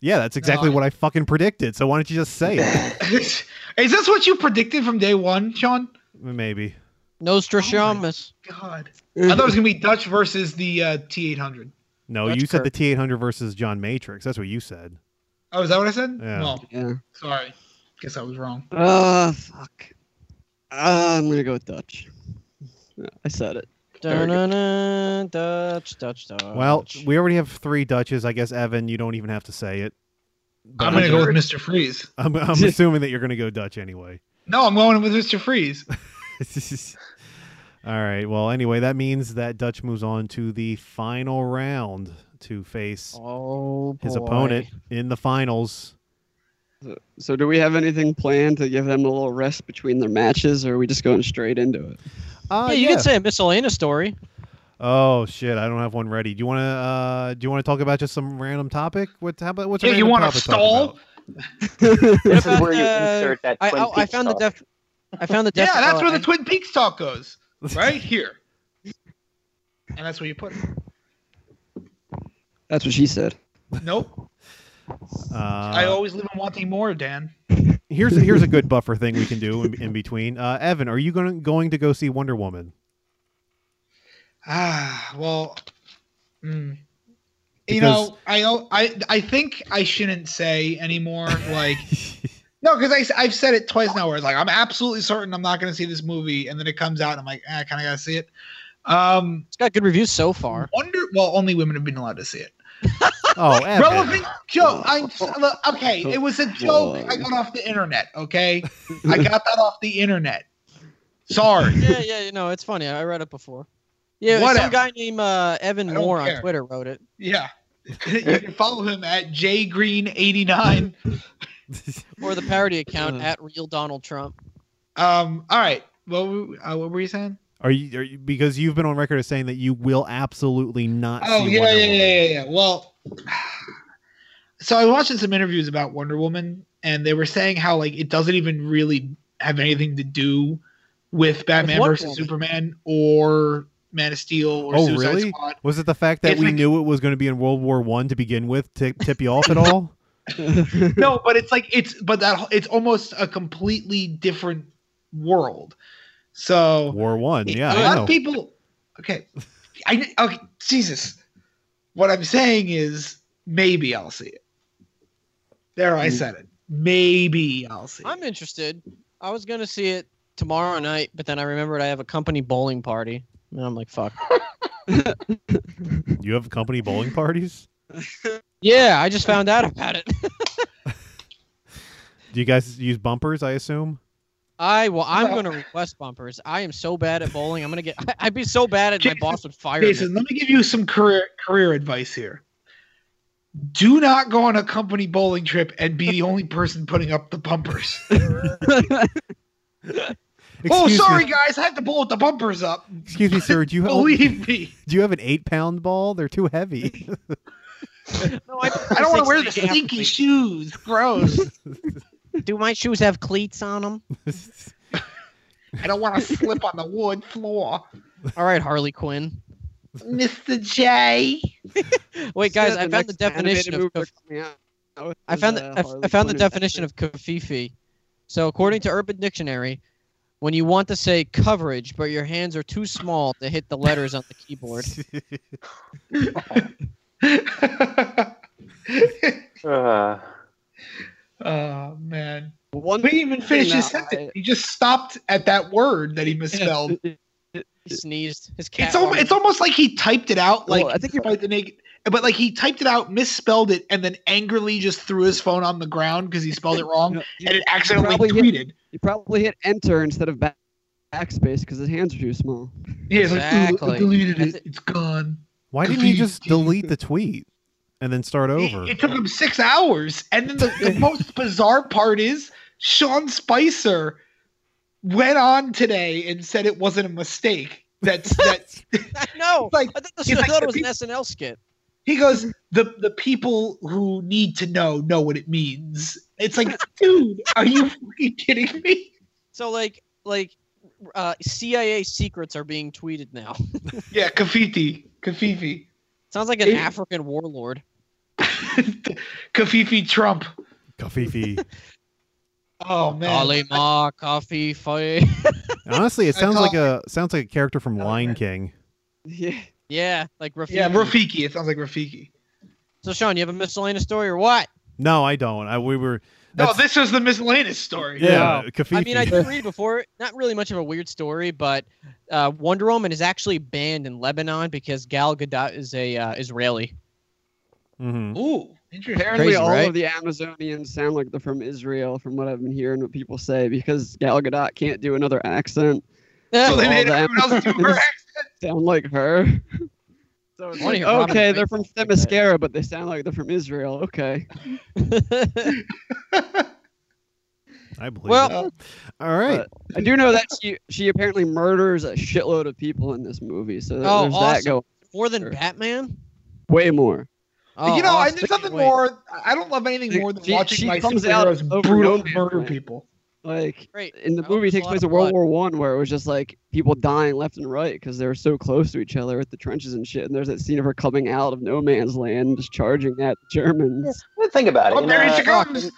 Speaker 3: Yeah, that's exactly
Speaker 6: No.
Speaker 3: what I fucking predicted. So why don't you just say it?
Speaker 6: Is this what you predicted from day one, Sean?
Speaker 3: Maybe.
Speaker 2: Nostradamus.
Speaker 6: God, I thought it was gonna be Dutch versus the uh, T800.
Speaker 3: No,
Speaker 2: That's
Speaker 3: you said
Speaker 2: Kirk.
Speaker 3: the T eight hundred versus John Matrix. That's what you said.
Speaker 6: Oh, is that what I said?
Speaker 3: Yeah.
Speaker 6: Well,
Speaker 5: yeah.
Speaker 6: sorry, guess I was wrong.
Speaker 5: Uh, fuck. Uh, I'm gonna go with Dutch. Yeah, I said it. Very good.
Speaker 2: Dun-dun-dun, Dutch, Dutch, Uh, Dutch.
Speaker 3: Well, we already have three Dutches. I guess Evan, you don't even have to say it. But
Speaker 6: I'm gonna
Speaker 3: I'm,
Speaker 6: go with Mr. Freeze.
Speaker 3: I'm, I'm assuming that you're gonna go Dutch anyway.
Speaker 6: No, I'm going with Mr. Freeze.
Speaker 3: All right. Well, anyway, that means that Dutch moves on to the final round to face
Speaker 2: oh,
Speaker 3: his
Speaker 2: boy.
Speaker 3: opponent in the finals.
Speaker 5: So, do we have anything planned to give them a little rest between their matches, or are we just going straight into it?
Speaker 3: Uh,
Speaker 2: Ah, yeah, you can say a miscellaneous story.
Speaker 3: Oh shit! I don't have one ready. Do you want to? Uh, do you want to talk about just some random topic? What? How about what's? a
Speaker 6: Yeah, you
Speaker 3: random
Speaker 6: want to
Speaker 3: topic talk
Speaker 6: stall?
Speaker 3: about?
Speaker 4: this is
Speaker 2: about,
Speaker 4: where you
Speaker 2: uh,
Speaker 4: insert that.
Speaker 2: I,
Speaker 4: Twin
Speaker 2: I, I
Speaker 4: Peaks
Speaker 2: found the
Speaker 4: talk.
Speaker 2: def- I found the
Speaker 6: Yeah,
Speaker 2: def-
Speaker 6: that's
Speaker 2: oh,
Speaker 6: where the
Speaker 2: I-
Speaker 6: Twin Peaks talk goes. Right here. And that's where you put it.
Speaker 5: That's what she said.
Speaker 6: Nope.
Speaker 3: Uh,
Speaker 6: I always live in wanting more, Dan.
Speaker 3: here's a, here's a good buffer thing we can do in, in between. Uh, Evan, are you going going to go see Wonder Woman?
Speaker 6: Ah, well, mm. you
Speaker 3: Because-
Speaker 6: know, I don't- I I think I shouldn't say anymore. Like, no, because I have said it twice now. Where it's like I'm absolutely certain I'm not going to see this movie, and then it comes out, and I'm like, eh, I kind of got to see it. Um,
Speaker 2: It's got good reviews so far.
Speaker 6: wonder. Well, only women have been allowed to see it.
Speaker 3: Oh, Evan.
Speaker 6: Relevant
Speaker 3: Oh.
Speaker 6: joke. I'm look, okay. It was a joke. I got off the internet. Okay, I got that off the internet. Sorry.
Speaker 2: yeah, yeah, you know, it's funny. I read it before. Yeah,
Speaker 6: Whatever.
Speaker 2: some guy named uh, Evan
Speaker 6: I don't
Speaker 2: Moore
Speaker 6: care.
Speaker 2: on Twitter wrote it.
Speaker 6: Yeah. you can follow him at jgreen89.
Speaker 2: Or the parody account
Speaker 5: Uh.
Speaker 2: at real Donald Trump.
Speaker 6: Um. All right. What were, uh, what were you saying?
Speaker 3: Are you, are you because you've been on record as saying that you will absolutely not.
Speaker 6: Oh
Speaker 3: see
Speaker 6: yeah,
Speaker 3: Wonder
Speaker 6: yeah,
Speaker 3: Woman.
Speaker 6: yeah, yeah, yeah. Well, so I was watching some interviews about Wonder Woman, and they were saying how like it doesn't even really have anything to do with Batman
Speaker 2: Wonder
Speaker 6: versus
Speaker 2: Woman.
Speaker 6: Superman or Man of Steel or
Speaker 3: Oh,
Speaker 6: Suicide
Speaker 3: really?
Speaker 6: Squad.
Speaker 3: Was it the fact that
Speaker 6: It's
Speaker 3: we
Speaker 6: like-
Speaker 3: knew it was going to be in World War One to begin with to tip you off at all?
Speaker 6: No, but it's like it's but that whole- it's almost a completely different world. So
Speaker 3: War One, yeah,
Speaker 6: a lot
Speaker 3: I know.
Speaker 6: of people. Okay, I okay. Jesus, what I'm saying is maybe I'll see it. There, I said it. Maybe I'll see.
Speaker 2: I'm
Speaker 6: it.
Speaker 2: interested. I was gonna see it tomorrow night, but then I remembered I have a company bowling party, and I'm like, fuck.
Speaker 3: You have company bowling parties.
Speaker 2: Yeah, I just found out about it.
Speaker 3: Do you guys use bumpers? I assume.
Speaker 2: I well, I'm
Speaker 6: Well-
Speaker 2: gonna request bumpers. I am so bad at bowling. I'm gonna get. I, would be so bad at my
Speaker 6: Jason-
Speaker 2: boss would fire me.
Speaker 6: Jason, let me give you some career career advice here. Do not go on a company bowling trip and be the only person putting up the bumpers. oh,
Speaker 3: Excuse
Speaker 6: sorry Oh,
Speaker 3: Me,
Speaker 6: guys, I have to bowl with the bumpers up.
Speaker 3: excuse me, sir. Do you have,
Speaker 6: Believe me,
Speaker 3: do you have an eight pound ball? They're too heavy.
Speaker 2: No, I,
Speaker 6: I don't want to wear the stinky shoes. Gross.
Speaker 2: Do my shoes have cleats on them?
Speaker 6: I don't want to slip on the wood floor.
Speaker 2: All right, Harley Quinn.
Speaker 6: Mr. J.
Speaker 2: Wait, guys,
Speaker 5: Yeah,
Speaker 2: I found the
Speaker 5: next animated
Speaker 2: definition of
Speaker 5: movie
Speaker 2: kaf-
Speaker 5: coming out
Speaker 2: I
Speaker 5: is,
Speaker 2: found
Speaker 5: uh,
Speaker 2: the, I f- I
Speaker 5: Harley
Speaker 2: found the
Speaker 5: Quinn and
Speaker 2: definition of kafifi. So according to Urban Dictionary, when you want to say coverage but your hands are too small to hit the letters on the keyboard.
Speaker 4: Uh,
Speaker 6: oh
Speaker 5: Batman.
Speaker 6: man.
Speaker 5: One
Speaker 6: We didn't even finish his
Speaker 5: thing that
Speaker 6: sentence. He just stopped at that word that he misspelled.
Speaker 5: I-
Speaker 2: He sneezed. His cat.
Speaker 6: It's, al-
Speaker 2: barked.
Speaker 6: it's almost like he typed it out like
Speaker 5: Well, I think you're-
Speaker 6: despite the naked but like he typed it out, misspelled it, and then angrily just threw his phone on the ground because he spelled it wrong,
Speaker 5: You-
Speaker 6: and it accidentally
Speaker 5: probably hit-
Speaker 6: tweeted.
Speaker 5: You probably hit enter instead of back, backspace because his hands are too small.
Speaker 6: Yeah, he's like, "Ooh, I
Speaker 2: Exactly.
Speaker 6: deleted
Speaker 2: That's
Speaker 6: it. It's gone.
Speaker 3: Why didn't you
Speaker 6: Delete.
Speaker 3: just delete the tweet and then start over?
Speaker 6: It, it took him six hours. And then the, the most bizarre part is Sean Spicer went on today and said it wasn't a mistake. That's that
Speaker 2: I know.
Speaker 6: Like,
Speaker 2: I thought, this,
Speaker 6: he's
Speaker 2: I
Speaker 6: like
Speaker 2: thought
Speaker 6: the
Speaker 2: it was an SNL skit.
Speaker 6: he goes, the the people who need to know know what it means. It's like, dude, are you fucking kidding me?
Speaker 2: So like like uh, CIA secrets are being tweeted now.
Speaker 6: Yeah, Kafiti. Kafifi.
Speaker 2: Sounds like an
Speaker 5: It-
Speaker 2: African warlord.
Speaker 6: Kafifi Trump.
Speaker 3: Kafifi.
Speaker 6: Oh man.
Speaker 2: Ali Ma Coffee Fight.
Speaker 3: Honestly, it
Speaker 6: I
Speaker 3: sounds
Speaker 6: call-
Speaker 3: like a sounds like a character from Lion King.
Speaker 5: Yeah.
Speaker 2: Yeah, like Rafiki.
Speaker 6: Yeah, Rafiki. It sounds like Rafiki.
Speaker 2: So Sean, you have a miscellaneous story or what?
Speaker 3: No, I don't. I we were
Speaker 6: No,
Speaker 3: That's-
Speaker 6: this was the miscellaneous story.
Speaker 3: yeah, Kafifi.
Speaker 2: I mean, I did read before. Not really much of a weird story, but uh, Wonder Woman is actually banned in Lebanon because Gal Gadot is a uh, Israeli.
Speaker 3: Mhm.
Speaker 6: Ooh, interesting.
Speaker 5: Apparently,
Speaker 2: Crazy,
Speaker 5: all
Speaker 2: right?
Speaker 5: of the Amazonians sound like they're from Israel, from what I've been hearing what people say, because Gal Gadot can't do another accent.
Speaker 6: So they
Speaker 5: all
Speaker 6: made
Speaker 5: the
Speaker 6: everyone else do her
Speaker 5: Amazons sound like her. So it's
Speaker 2: I wanna
Speaker 5: like,
Speaker 2: hear Robin
Speaker 5: okay, they're
Speaker 2: Williams
Speaker 5: from
Speaker 2: like that.
Speaker 5: Themyscira, but they sound like they're from Israel. Okay.
Speaker 6: accent.
Speaker 3: I believe. it.
Speaker 2: well,
Speaker 3: all right.
Speaker 5: I do know that she she apparently murders a shitload of people in this movie, so th-
Speaker 2: Oh,
Speaker 5: there's
Speaker 2: awesome.
Speaker 5: that go
Speaker 2: more than
Speaker 5: Sure.
Speaker 2: Batman.
Speaker 5: way more.
Speaker 2: Oh,
Speaker 6: you know, I,
Speaker 2: awesome.
Speaker 6: there's nothing
Speaker 2: Wait,
Speaker 6: more. I don't love anything
Speaker 5: She-
Speaker 6: more than
Speaker 5: she-
Speaker 6: watching
Speaker 5: she
Speaker 6: my
Speaker 5: comes out
Speaker 6: superheroes
Speaker 5: over
Speaker 6: brutal
Speaker 5: no man's
Speaker 6: murder
Speaker 5: land.
Speaker 6: people.
Speaker 5: Like
Speaker 2: Great.
Speaker 5: in the
Speaker 2: Oh,
Speaker 5: movie
Speaker 2: there's a
Speaker 5: takes
Speaker 2: lot
Speaker 5: place
Speaker 2: of
Speaker 5: in World
Speaker 2: blood.
Speaker 5: War One, where it was just like people dying left and right because they were so close to each other at the trenches and shit. And there's that scene of her coming out of no man's land, just charging at the Germans.
Speaker 4: Well, think about it.
Speaker 6: Oh,
Speaker 4: In,
Speaker 6: there
Speaker 4: uh,
Speaker 6: she comes.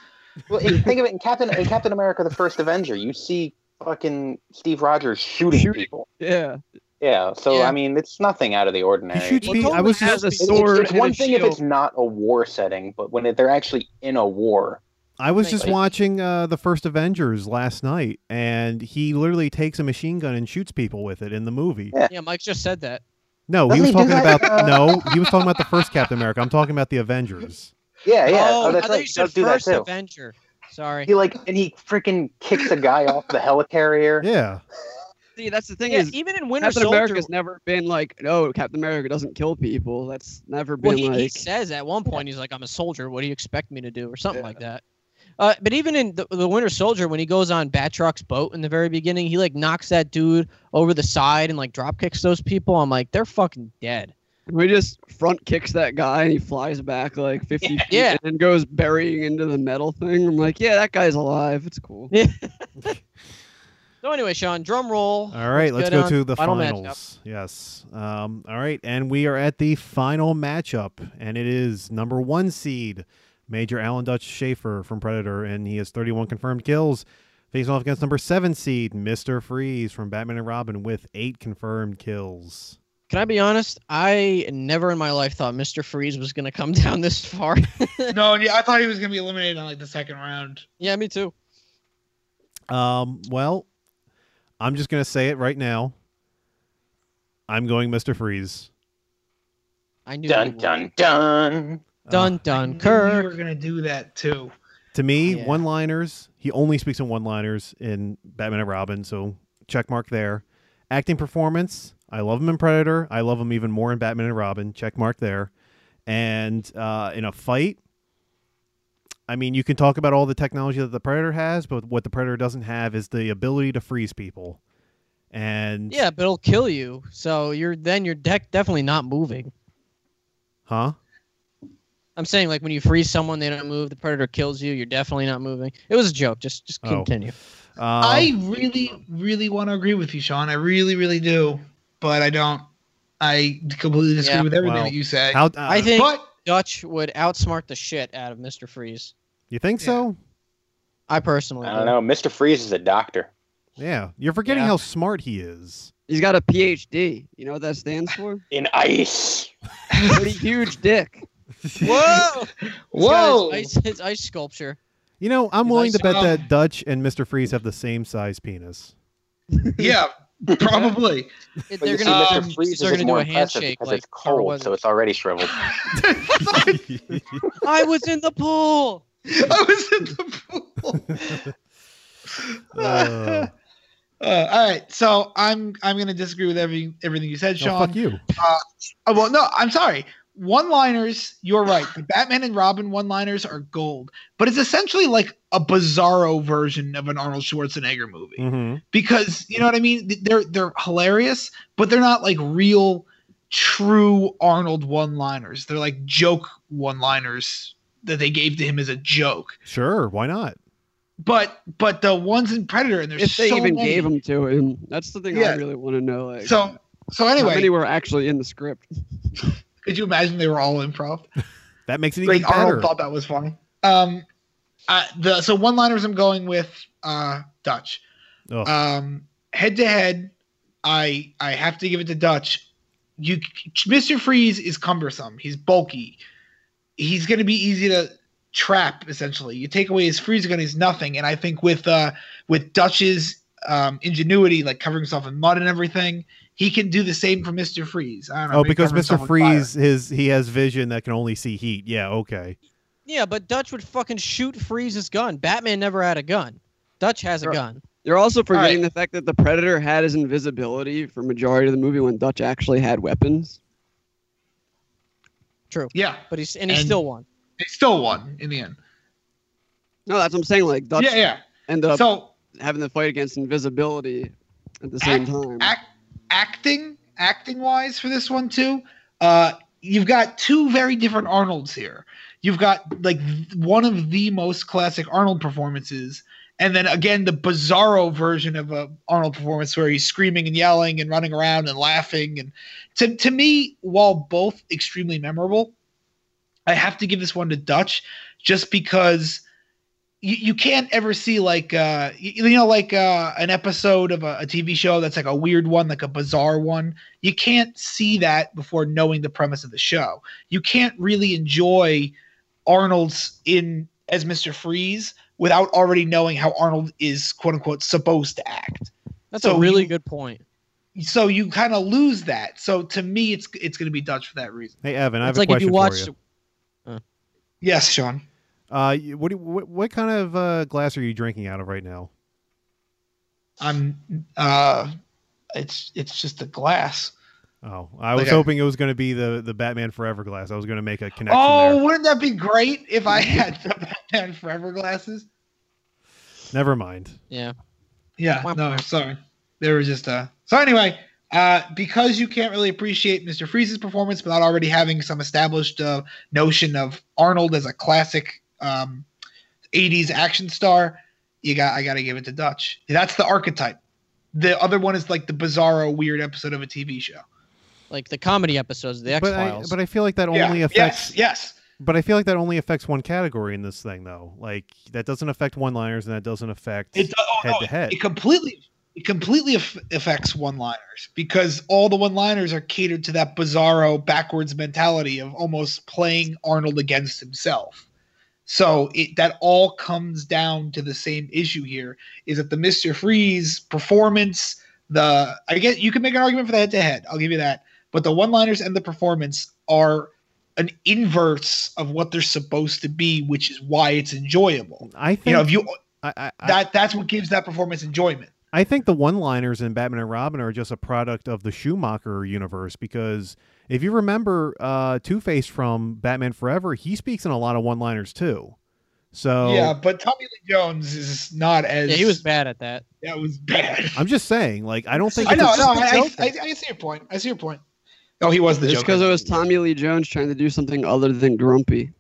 Speaker 4: well, in- think of it in Captain in Captain America: The First Avenger. You see fucking Steve Rogers shooting,
Speaker 5: Shooting.
Speaker 4: people.
Speaker 5: Yeah,
Speaker 4: Yeah. So
Speaker 2: Yeah.
Speaker 4: I mean, it's nothing out of the ordinary.
Speaker 3: He shoots
Speaker 2: Well,
Speaker 3: people. I
Speaker 2: Tolman
Speaker 3: was
Speaker 5: has
Speaker 3: just,
Speaker 5: a
Speaker 2: It's-
Speaker 4: It's,
Speaker 5: sword.
Speaker 4: it's one
Speaker 5: and a
Speaker 4: thing if
Speaker 5: shield.
Speaker 4: it's not a war setting, but when it, they're actually in a war,
Speaker 3: I was just
Speaker 2: Like-
Speaker 3: watching uh, the first Avengers last night, and he literally takes a machine gun and shoots people with it in the movie.
Speaker 2: Yeah, Mike just said that.
Speaker 3: No, Oh, he
Speaker 4: Doesn't
Speaker 3: was
Speaker 4: he do
Speaker 3: talking
Speaker 4: that?
Speaker 3: about
Speaker 2: uh,
Speaker 3: no, he was talking about the first Captain America. I'm talking about the Avengers.
Speaker 4: yeah, yeah.
Speaker 2: Oh, I
Speaker 4: that's
Speaker 2: thought
Speaker 4: right.
Speaker 2: you
Speaker 4: He
Speaker 2: said
Speaker 4: does do that
Speaker 2: first
Speaker 4: too.
Speaker 2: Avenger. Sorry.
Speaker 4: He like and he freaking kicks a guy off the helicarrier.
Speaker 3: Yeah,
Speaker 5: see, that's the thing
Speaker 2: Yeah,
Speaker 5: is
Speaker 2: even in Winter
Speaker 5: Captain
Speaker 2: Soldier,
Speaker 5: America's never been like, no, Captain America doesn't kill people. That's never
Speaker 2: Well,
Speaker 5: been
Speaker 2: he,
Speaker 5: like.
Speaker 2: he says at one point he's like, "I'm a soldier. What do you expect me to do?" or something
Speaker 5: Yeah.
Speaker 2: like that. Uh, but even in the, the Winter Soldier, when he goes on Batrock's boat in the very beginning, he like knocks that dude over the side and like drop kicks those people. I'm like, they're fucking dead.
Speaker 5: We just front kicks that guy and he flies back like 50 feet
Speaker 2: Yeah.
Speaker 5: and then goes burying into the metal thing. I'm like, yeah, that guy's alive. It's cool.
Speaker 2: So anyway, Sean, drum roll.
Speaker 3: All right, let's
Speaker 2: get
Speaker 3: go
Speaker 2: on
Speaker 3: to the
Speaker 2: final matchup.
Speaker 3: finals. Yes. Um, all right, and we are at the final matchup, and it is number one seed Major Alan Dutch Schaefer from Predator, and he has 31 confirmed kills. Facing off against number seven seed Mister Freeze from Batman and Robin with eight confirmed kills.
Speaker 2: Can I be honest? I never in my life thought Mister Freeze was gonna come down this far.
Speaker 6: No, yeah, I thought he was gonna be eliminated on like the second round.
Speaker 2: yeah, me too.
Speaker 3: Um, well, I'm just gonna say it right now. I'm going Mister Freeze.
Speaker 2: I knew. you
Speaker 4: Dun
Speaker 2: would.
Speaker 4: dun dun.
Speaker 3: Uh,
Speaker 2: dun
Speaker 6: I knew
Speaker 2: dun.
Speaker 6: You were
Speaker 2: Kirk.
Speaker 6: gonna do that too.
Speaker 3: To me,
Speaker 2: Yeah.
Speaker 3: one-liners. He only speaks in one-liners in Batman and Robin, so check mark there. Acting performance. I love him in Predator. I love him even more in Batman and Robin. Check mark there. And uh, in a fight, I mean, you can talk about all the technology that the Predator has, but what the Predator doesn't have is the ability to freeze people. And
Speaker 2: Yeah, but it'll kill you. So you're then your deck definitely not moving.
Speaker 3: huh?
Speaker 2: I'm saying like when you freeze someone, they don't move. The predator kills you. You're definitely not moving. It was a joke. Just just
Speaker 3: Oh.
Speaker 2: continue.
Speaker 3: Um,
Speaker 6: I really, really want to agree with you, Sean. I really, really do, but I don't. I completely disagree
Speaker 2: Yeah.
Speaker 6: with everything
Speaker 3: Well,
Speaker 6: that you say.
Speaker 3: Um, how, uh,
Speaker 2: I think
Speaker 6: but
Speaker 2: Dutch would outsmart the shit out of Mister Freeze.
Speaker 3: you think so?
Speaker 2: I personally.
Speaker 4: I don't
Speaker 2: would.
Speaker 4: know. Mister Freeze is a doctor.
Speaker 3: Yeah, you're forgetting
Speaker 2: Yeah.
Speaker 3: how smart he is.
Speaker 5: He's got a PhD. You know what that stands for?
Speaker 4: In ice.
Speaker 5: Pretty huge dick.
Speaker 2: Whoa! He's
Speaker 6: whoa,
Speaker 2: got His ice, his ice sculpture.
Speaker 3: You know, I'm
Speaker 2: Nice
Speaker 3: willing to bet
Speaker 6: job.
Speaker 3: that Dutch and Mr. Freeze have the same size penis.
Speaker 6: yeah, Probably.
Speaker 2: It-
Speaker 4: But
Speaker 2: they're
Speaker 4: you see,
Speaker 2: gonna,
Speaker 6: see,
Speaker 2: um,
Speaker 6: Mr.
Speaker 4: Mr. Freeze
Speaker 2: they're
Speaker 4: is
Speaker 2: gonna do
Speaker 4: more
Speaker 2: a
Speaker 4: impressive
Speaker 2: handshake
Speaker 4: because
Speaker 2: like oh,
Speaker 4: it's cold, so it's already shriveled.
Speaker 6: Oh,
Speaker 2: I was in the pool.
Speaker 6: I was in the pool.
Speaker 3: Uh,
Speaker 6: Uh, all right, so I'm I'm gonna disagree with every everything you said,
Speaker 3: no,
Speaker 6: Sean.
Speaker 3: fuck you.
Speaker 6: Oh, well, no, I'm sorry. One liners, you're right. The Batman and Robin one liners are gold, but it's essentially like a bizarro version of an Arnold Schwarzenegger movie
Speaker 5: Mm.
Speaker 3: Mhm.
Speaker 6: because you know what I mean. They're they're hilarious, but they're not like real, true Arnold one liners. They're like joke one liners that they gave to him as a joke.
Speaker 3: Sure, why not?
Speaker 6: But but the ones in Predator and there's
Speaker 5: if they
Speaker 6: so
Speaker 5: even
Speaker 6: many.
Speaker 5: gave them to him, that's the thing
Speaker 6: Yeah.
Speaker 5: I really want to know. Like,
Speaker 6: so so
Speaker 5: how
Speaker 6: anyway,
Speaker 5: many were actually in the script?
Speaker 6: could you imagine they were all improv?
Speaker 3: That makes it even
Speaker 6: Great
Speaker 3: better.
Speaker 6: Arnold thought that was funny. Um, uh, the so one liners I'm going with uh, Dutch.
Speaker 3: Ugh.
Speaker 6: Um, head to head, I I have to give it to Dutch. You Mr. Freeze is cumbersome. He's bulky. He's going to be easy to trap. Essentially, you take away his freeze gun, he's nothing. And I think with uh, with Dutch's um, ingenuity, like covering himself in mud and everything, he can do the same for Mr. Freeze. I don't know.
Speaker 3: oh,
Speaker 6: maybe
Speaker 3: because
Speaker 6: cover himself
Speaker 3: Mr.
Speaker 6: in fire.
Speaker 3: Freeze his he has vision that can only see heat. Yeah, okay.
Speaker 2: Yeah, but Dutch would fucking shoot Freeze's gun. Batman never had a gun. Dutch has a
Speaker 5: Right.
Speaker 2: gun.
Speaker 5: You're also forgetting the fact that the Predator had his invisibility for majority of the movie when Dutch actually had weapons.
Speaker 6: Yeah,
Speaker 2: But he's and he
Speaker 6: And-
Speaker 2: still won.
Speaker 6: they still won in the end.
Speaker 5: No, that's what I'm saying. Like Dutch
Speaker 6: yeah, yeah.
Speaker 5: ended up
Speaker 6: so
Speaker 5: having the fight against invisibility at the same
Speaker 6: Act-
Speaker 5: time.
Speaker 6: act, acting, acting wise for this one too, uh, you've got two very different Arnolds here. You've got like th- one of the most classic Arnold performances, and then again the bizarro version of a Arnold performance where he's screaming and yelling and running around and laughing. And to to me, while both extremely memorable, I have to give this one to Dutch just because you, you can't ever see like uh you, you know like uh an episode of a, a TV show that's like a weird one, like a bizarre one. You can't see that before knowing the premise of the show. You can't really enjoy Arnold's in as Mr. Freeze without already knowing how Arnold is quote unquote supposed to act
Speaker 2: That's
Speaker 6: so
Speaker 2: a really
Speaker 6: you-
Speaker 2: good point.
Speaker 6: so you kind of lose that. So to me, it's it's going to be Dutch for that reason.
Speaker 3: Hey Evan, I have
Speaker 2: It's
Speaker 3: a
Speaker 2: like if
Speaker 3: question
Speaker 2: you watched
Speaker 3: for you.
Speaker 6: Yes, Sean.
Speaker 3: Uh, you- what, do you- what what kind of uh, glass are you drinking out of right now?
Speaker 6: I'm. uh It's it's just a glass.
Speaker 3: Oh, I was
Speaker 6: Like a-
Speaker 3: hoping it was going to be the the Batman Forever glass. I was going to make a connection
Speaker 6: Oh,
Speaker 3: there.
Speaker 6: wouldn't that be great if I had the Batman Forever glasses?
Speaker 3: Never mind.
Speaker 2: Yeah.
Speaker 6: Yeah. No, I'm sorry. They were just. uh So anyway, uh because you can't really appreciate Mr. Freeze's performance without already having some established uh, notion of Arnold as a classic um '80s action star, you got I got to give it to Dutch. That's the archetype. The other one is like the bizarro weird episode of a TV show.
Speaker 2: Like the comedy episodes of the X
Speaker 3: But I,
Speaker 2: Files.
Speaker 3: but I feel like that only
Speaker 6: yeah.
Speaker 3: affects
Speaker 6: Yes. Yes.
Speaker 3: but I feel like that only affects one category in this thing though. Like that doesn't affect one-liners and that doesn't affect
Speaker 6: It, do- oh, no,
Speaker 3: head-to-head.
Speaker 6: it completely it completely aff- affects one-liners because all the one-liners are catered to that bizarro backwards mentality of almost playing Arnold against himself. So it that all comes down to the same issue here is that the Mr. Freeze performance, the I guess you can make an argument for the head-to-head. I'll give you that. But the one-liners and the performance are an inverse of what they're supposed to be, which is why it's enjoyable.
Speaker 3: I think
Speaker 6: You know, if you
Speaker 3: I, I, I-
Speaker 6: that that's what gives that performance enjoyment.
Speaker 3: I think the one-liners in Batman and Robin are just a product of the Schumacher universe because if you remember uh, Two-Face from Batman Forever, he speaks in a lot of one-liners too. So
Speaker 6: Yeah, but Tommy Lee Jones is not as
Speaker 2: yeah, he was bad at that.
Speaker 6: that was bad.
Speaker 3: I'm just saying, like I don't think
Speaker 6: I
Speaker 3: it's
Speaker 6: know,
Speaker 3: a-
Speaker 6: no, I,
Speaker 2: Joker.
Speaker 6: I, I, I see your point. I see your point. Oh, he was the
Speaker 5: It's
Speaker 6: Joker.
Speaker 5: because it was Tommy Lee Jones trying to do something other than grumpy.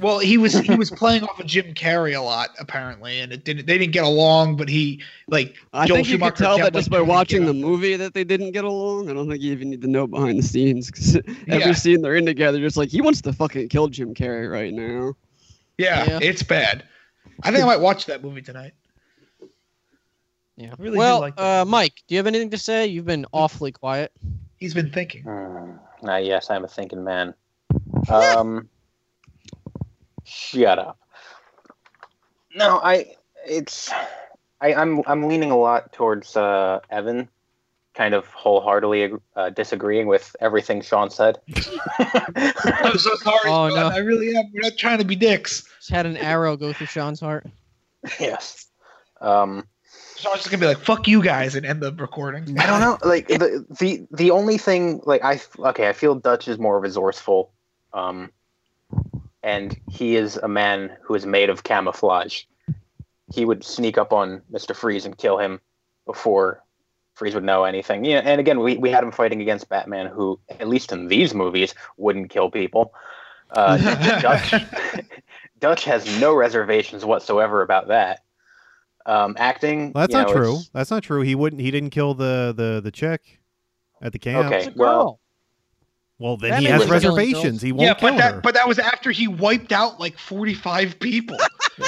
Speaker 6: well, he was he was playing off of Jim Carrey a lot apparently, and it didn't they didn't get along. But he like
Speaker 5: I
Speaker 6: Joel
Speaker 5: think you
Speaker 6: Schumacher
Speaker 5: could tell
Speaker 6: kept,
Speaker 5: that
Speaker 6: like,
Speaker 5: just by
Speaker 6: trying to
Speaker 5: watching
Speaker 6: get
Speaker 5: the
Speaker 6: him.
Speaker 5: movie that they didn't get along. I don't think you even need to know behind the scenes 'cause every
Speaker 6: Yeah.
Speaker 5: scene they're in together, just like he wants to fucking kill Jim Carrey right now.
Speaker 6: Yeah,
Speaker 2: Yeah.
Speaker 6: it's bad. I think I might watch that movie tonight.
Speaker 2: Yeah.
Speaker 6: really do
Speaker 2: well,
Speaker 6: like that.
Speaker 2: uh, Mike, do you have anything to say? You've been awfully quiet.
Speaker 6: He's been thinking.
Speaker 4: Hmm. Ah, yes, I'm a thinking man. Um, shut up. No, I it's I, I'm I'm leaning a lot towards uh, Evan kind of wholeheartedly uh, disagreeing with everything Sean said.
Speaker 6: I'm so sorry,
Speaker 2: Oh,
Speaker 6: Sean.
Speaker 2: no.
Speaker 6: I really am. We're not trying to be dicks.
Speaker 2: Just had an arrow go through Sean's heart.
Speaker 4: yes. Um,
Speaker 6: Sean's just gonna be like, "Fuck you guys," and end the recording.
Speaker 4: I don't know. Like the the the only thing like I okay, I feel Dutch is more resourceful, um, and he is a man who is made of camouflage. He would sneak up on Mister Freeze and kill him before Freeze would know anything. Yeah, and again, we, we had him fighting against Batman, who at least in these movies wouldn't kill people. Uh, Dutch Dutch has no reservations whatsoever about that. Um, acting.
Speaker 3: Well, that's
Speaker 4: you
Speaker 3: not
Speaker 4: know,
Speaker 3: true.
Speaker 4: it's-
Speaker 3: That's not true. He wouldn't. He didn't kill the the the chick at the camp.
Speaker 4: Okay.
Speaker 2: It's a
Speaker 4: well-
Speaker 2: girl.
Speaker 3: Well, then
Speaker 2: That
Speaker 3: he
Speaker 2: man
Speaker 3: has
Speaker 4: was killing
Speaker 3: reservations. He won't
Speaker 6: Yeah,
Speaker 3: kill
Speaker 6: but that
Speaker 3: her.
Speaker 6: but that was after he wiped out like 45 people.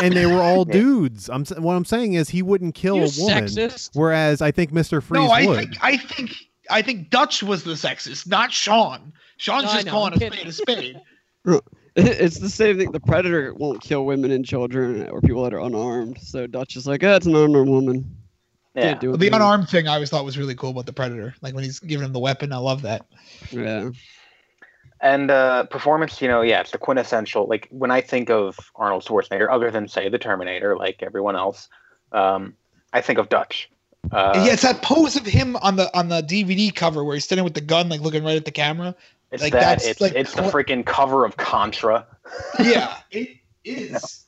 Speaker 3: and they were all
Speaker 4: Yeah.
Speaker 3: dudes. I'm s- what I'm saying is he wouldn't kill
Speaker 2: you
Speaker 3: a woman.
Speaker 2: sexist.
Speaker 3: Whereas I think Mr. Freeze
Speaker 6: no, I
Speaker 3: would.
Speaker 6: think I think I think Dutch was the sexist, not Sean. Sean's
Speaker 2: No, I
Speaker 6: just
Speaker 2: know,
Speaker 6: calling a
Speaker 2: I'm kidding.
Speaker 6: spade a spade.
Speaker 5: It's the same thing. The predator won't kill women and children or people that are unarmed. So Dutch is like, oh, it's an unarmed woman.
Speaker 4: Yeah.
Speaker 5: Can't do it.
Speaker 6: the
Speaker 5: man."
Speaker 6: unarmed thing I always thought was really cool about the Predator. Like when he's giving him the weapon, I love that.
Speaker 5: Yeah.
Speaker 4: And uh, performance, you know, yeah, it's the quintessential. Like when I think of Arnold Schwarzenegger, other than say the Terminator, like everyone else, um, I think of Dutch. Uh,
Speaker 6: yeah, it's that pose of him on the on the DVD cover where he's standing with the gun, like looking right at the camera.
Speaker 4: it's
Speaker 6: like,
Speaker 4: that.
Speaker 6: that's,
Speaker 4: It's
Speaker 6: like,
Speaker 4: it's the
Speaker 6: cl-
Speaker 4: freaking cover of Contra.
Speaker 6: Yeah, it is.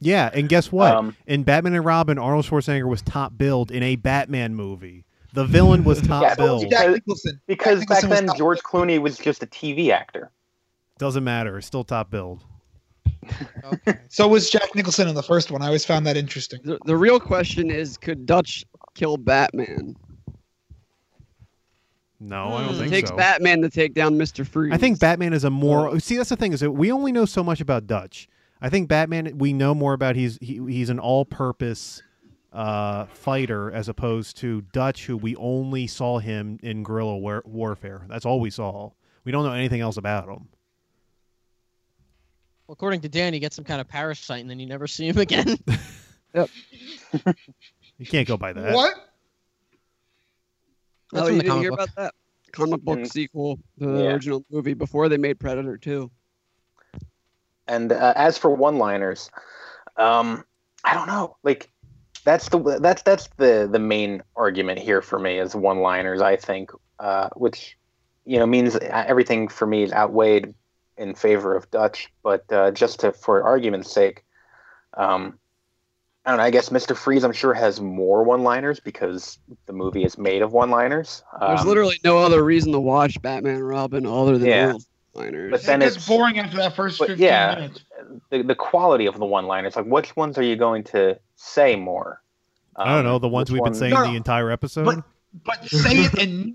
Speaker 3: yeah, and guess what?
Speaker 4: Um,
Speaker 3: in Batman and Robin, Arnold Schwarzenegger was top billed in a Batman movie. The villain was top
Speaker 4: Yeah,
Speaker 3: billed.
Speaker 4: that-
Speaker 6: Jack Nicholson.
Speaker 4: because
Speaker 6: Jack
Speaker 4: back
Speaker 6: Nicholson was
Speaker 4: then
Speaker 6: not-
Speaker 4: George Clooney was just a TV actor.
Speaker 3: Doesn't matter. It's still top billed.
Speaker 2: Okay.
Speaker 6: So was Jack Nicholson in the first one. I always found that interesting.
Speaker 5: The, the real question is, could Dutch kill Batman?
Speaker 3: No, I don't
Speaker 2: Hmm.
Speaker 5: It
Speaker 3: think
Speaker 5: takes
Speaker 3: so.
Speaker 5: Batman to take down Mister Freeze.
Speaker 3: I think Batman is a more. See, that's the thing is that we only know so much about Dutch. I think Batman. We know more about he's he, he's an all-purpose uh, fighter as opposed to Dutch, who we only saw him in guerrilla war- warfare. That's all we saw. We don't know anything else about him.
Speaker 2: Well, according to Dan, he gets some kind of parasite, and then you never see him again.
Speaker 3: You can't go by that.
Speaker 6: What?
Speaker 2: That's
Speaker 5: oh,
Speaker 2: from
Speaker 5: you
Speaker 2: the
Speaker 5: didn't
Speaker 2: comic
Speaker 5: hear
Speaker 2: book.
Speaker 5: about that comic book
Speaker 4: Mm.
Speaker 5: sequel to the
Speaker 4: Yeah.
Speaker 5: original movie before they made Predator Two.
Speaker 4: And uh, as for one-liners, um, I don't know. Like that's the that's that's the the main argument here for me is one-liners. I think, uh, which you know means everything for me is outweighed in favor of Dutch. But uh, just to, for argument's sake, um, I don't know. I guess Mister Freeze, I'm sure, has more one-liners because the movie is made of one-liners.
Speaker 5: There's
Speaker 4: Um,
Speaker 5: literally no other reason to watch Batman and Robin other than
Speaker 4: Yeah.
Speaker 5: yeah. liners.
Speaker 4: But
Speaker 6: It
Speaker 4: then
Speaker 6: gets
Speaker 4: it's-
Speaker 6: boring after that first
Speaker 4: but
Speaker 6: 15
Speaker 4: yeah.
Speaker 6: minutes.
Speaker 4: the, the quality of the one-liners. Like, which ones are you going to say more?
Speaker 3: I don't
Speaker 4: Um,
Speaker 3: know the ones
Speaker 4: which
Speaker 3: we've been saying
Speaker 6: No,
Speaker 3: the
Speaker 6: no.
Speaker 3: entire episode.
Speaker 6: But but say it and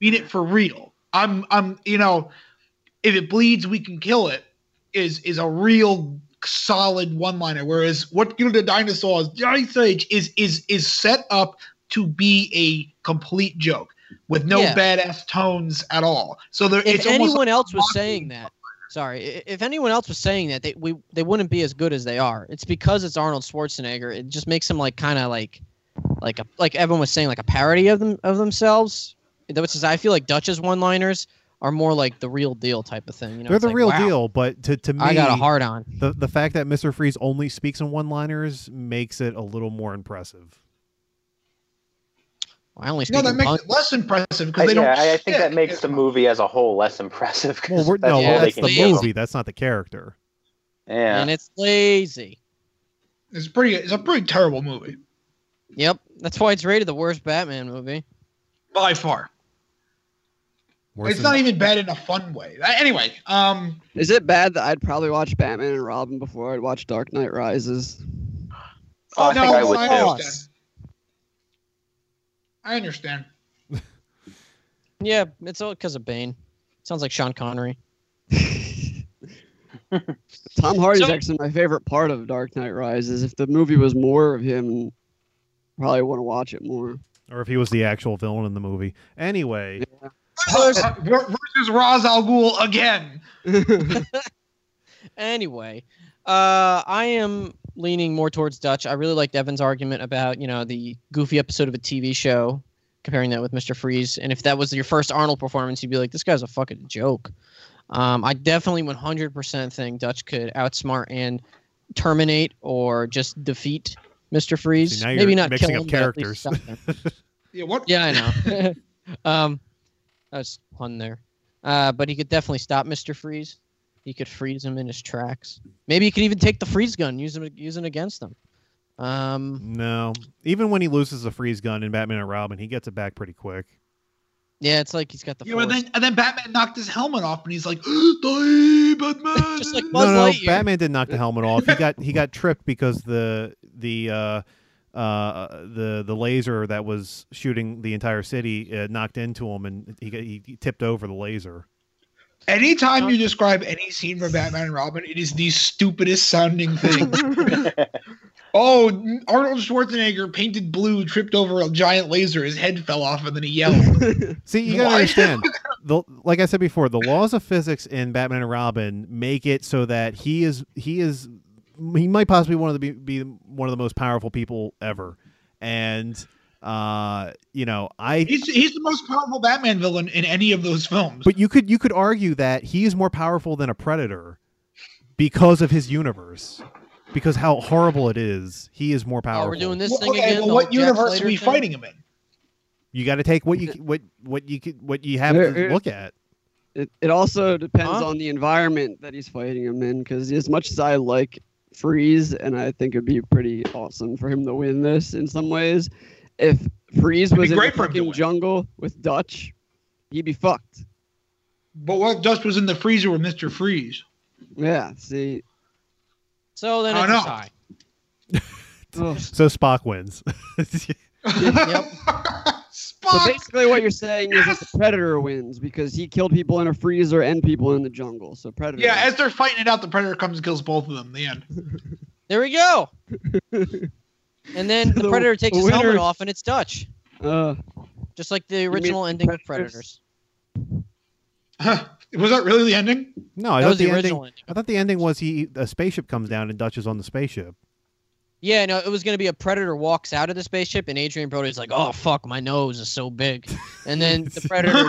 Speaker 6: mean it for real. I'm I'm you know, if it bleeds, we can kill it. Is is a real solid one liner. Whereas what you know the dinosaurs, the Ice Age is is is set up to be a complete joke with no
Speaker 2: Yeah.
Speaker 6: badass tones at all. So there,
Speaker 2: if
Speaker 6: it's almost
Speaker 2: anyone else was
Speaker 6: mocking
Speaker 2: saying that, sorry, i- if anyone else was saying that, they we they wouldn't be as good as they are. It's because it's Arnold Schwarzenegger. It just makes him like kind of like, like a like everyone was saying like a parody of them of themselves. Which is I feel like Dutch's one liners are more like the real deal type of thing. You know,
Speaker 3: They're
Speaker 2: It's
Speaker 3: the
Speaker 2: like,
Speaker 3: real
Speaker 2: wow,
Speaker 3: deal. But to to me,
Speaker 2: I got a hard on.
Speaker 3: the the fact that Mister Freeze only speaks in one-liners makes it a little more impressive.
Speaker 2: I only speak
Speaker 6: no, that
Speaker 2: in
Speaker 6: makes
Speaker 2: puns.
Speaker 6: it less impressive
Speaker 4: I,
Speaker 6: because they don't.
Speaker 4: yeah, I, I think that
Speaker 6: stick.
Speaker 4: makes the movie as a whole less impressive. 'cause
Speaker 3: Well, we're,
Speaker 4: that's
Speaker 3: no,
Speaker 4: all
Speaker 2: well,
Speaker 4: they
Speaker 3: that's
Speaker 4: can
Speaker 3: the
Speaker 4: give 'em.
Speaker 3: movie. That's not the character.
Speaker 4: Yeah,
Speaker 2: and it's lazy.
Speaker 6: It's pretty. It's a pretty terrible movie
Speaker 2: Yep, that's why it's rated the worst Batman movie.
Speaker 6: by far.
Speaker 3: Worse
Speaker 6: it's
Speaker 3: than-
Speaker 6: not even bad in a fun way. Uh, Anyway, um,
Speaker 5: Is it bad that I'd probably watch Batman and Robin before I'd watch Dark Knight Rises?
Speaker 4: Oh, I
Speaker 6: no,
Speaker 4: think I would
Speaker 6: I
Speaker 4: too.
Speaker 6: understand. I understand.
Speaker 2: Yeah, it's all because of Bane. Sounds like Sean Connery.
Speaker 5: Tom Hardy's
Speaker 2: So-
Speaker 5: actually my favorite part of Dark Knight Rises. If the movie was more of him, probably want to watch it more.
Speaker 3: or if he was the actual villain in the movie. Anyway,
Speaker 2: Versus-
Speaker 6: Uh, Versus Ra's al Ghul again.
Speaker 2: Anyway, uh, I am leaning more towards Dutch. I really liked Evan's argument about you know the goofy episode of a TV show comparing that with Mr. Freeze. And if that was your first Arnold performance, you'd be like, this guy's a fucking joke. Um, I definitely 100% think Dutch could outsmart and terminate or just defeat Mr. Freeze.
Speaker 3: See, now
Speaker 2: Maybe
Speaker 3: you're
Speaker 2: not
Speaker 3: mixing
Speaker 2: kill
Speaker 3: up
Speaker 2: him, but at least
Speaker 3: characters.
Speaker 2: stop him.
Speaker 6: Yeah, what?
Speaker 2: Yeah, I know. um, that was pun there. Uh, but he could definitely stop Mister Freeze. He could freeze him in his tracks. Maybe he could even take the freeze gun, use him, use it against him. Um,
Speaker 3: No, even when he loses the freeze gun in Batman and Robin, he gets it back pretty quick.
Speaker 2: yeah, it's like he's got the.
Speaker 6: You know, and
Speaker 2: force.
Speaker 6: then and then Batman knocked his helmet off, and he's like, "Die, Batman!"
Speaker 2: Just like
Speaker 3: No,
Speaker 2: Buzz
Speaker 3: no,
Speaker 2: Lightyear.
Speaker 3: Batman did knock the helmet off. He got he got tripped because the the uh, uh, the the laser that was shooting the entire city uh, knocked into him, and he got- he tipped over the laser.
Speaker 6: Anytime you describe any scene from Batman and Robin, it is the stupidest sounding thing. oh, Arnold Schwarzenegger painted blue, tripped over a giant laser, his head fell off, and then he yelled.
Speaker 3: See, you gotta
Speaker 6: Why?
Speaker 3: understand. The, like I said before, the laws of physics in Batman and Robin make it so that he is he is he might possibly one of the be, be one of the most powerful people ever, and uh, you know I
Speaker 6: He's he's the most powerful Batman villain in any of those films.
Speaker 3: But you could you could argue that he is more powerful than a predator because of his universe, because how horrible it is. He is more
Speaker 2: Oh,
Speaker 3: powerful.
Speaker 2: we're doing this
Speaker 6: Well,
Speaker 2: thing
Speaker 6: okay,
Speaker 2: again.
Speaker 6: well,
Speaker 2: the
Speaker 6: what
Speaker 2: whole Jack
Speaker 6: universe are
Speaker 2: Slater
Speaker 6: we
Speaker 2: thing?
Speaker 6: fighting him in?
Speaker 3: You got to take what you what what you could what you have
Speaker 5: There
Speaker 3: to
Speaker 5: is-
Speaker 3: look at.
Speaker 5: It, it also depends
Speaker 2: Huh?
Speaker 5: on the environment that he's fighting him in, because as much as I like Freeze, and I think it'd be pretty awesome for him to win this in some ways, if Freeze was in the
Speaker 6: great for him to
Speaker 5: fucking
Speaker 6: win.
Speaker 5: jungle with Dutch, he'd be fucked.
Speaker 6: But what Dust was in the freezer with Mister Freeze?
Speaker 5: Yeah, see.
Speaker 2: So then
Speaker 6: Oh,
Speaker 2: it's
Speaker 6: no.
Speaker 2: a tie.
Speaker 5: Ugh.
Speaker 3: So Spock wins.
Speaker 2: Yep.
Speaker 5: So
Speaker 6: Spock.
Speaker 5: basically, what you're saying is that the Predator wins because he killed people in a freezer and people in the jungle. So Predator.
Speaker 6: yeah,
Speaker 5: wins.
Speaker 6: as they're fighting it out, the Predator comes and kills both of them. in The end.
Speaker 2: There we go. And then the
Speaker 5: The
Speaker 2: predator takes his helmet
Speaker 5: winner-
Speaker 2: off, and it's Dutch,
Speaker 5: Uh,
Speaker 2: just like
Speaker 5: mean
Speaker 2: the original ending of
Speaker 5: Predators?
Speaker 2: Predators.
Speaker 6: was that really the ending?
Speaker 3: No, I
Speaker 2: that
Speaker 3: thought
Speaker 2: was
Speaker 3: the,
Speaker 2: the
Speaker 3: ending.
Speaker 2: original ending.
Speaker 3: I thought the ending was he a spaceship comes down and Dutch is on the spaceship.
Speaker 2: Yeah, no, it was gonna be a predator walks out of the spaceship, and Adrian Brody's like, "Oh fuck, my nose is so big," and then the predator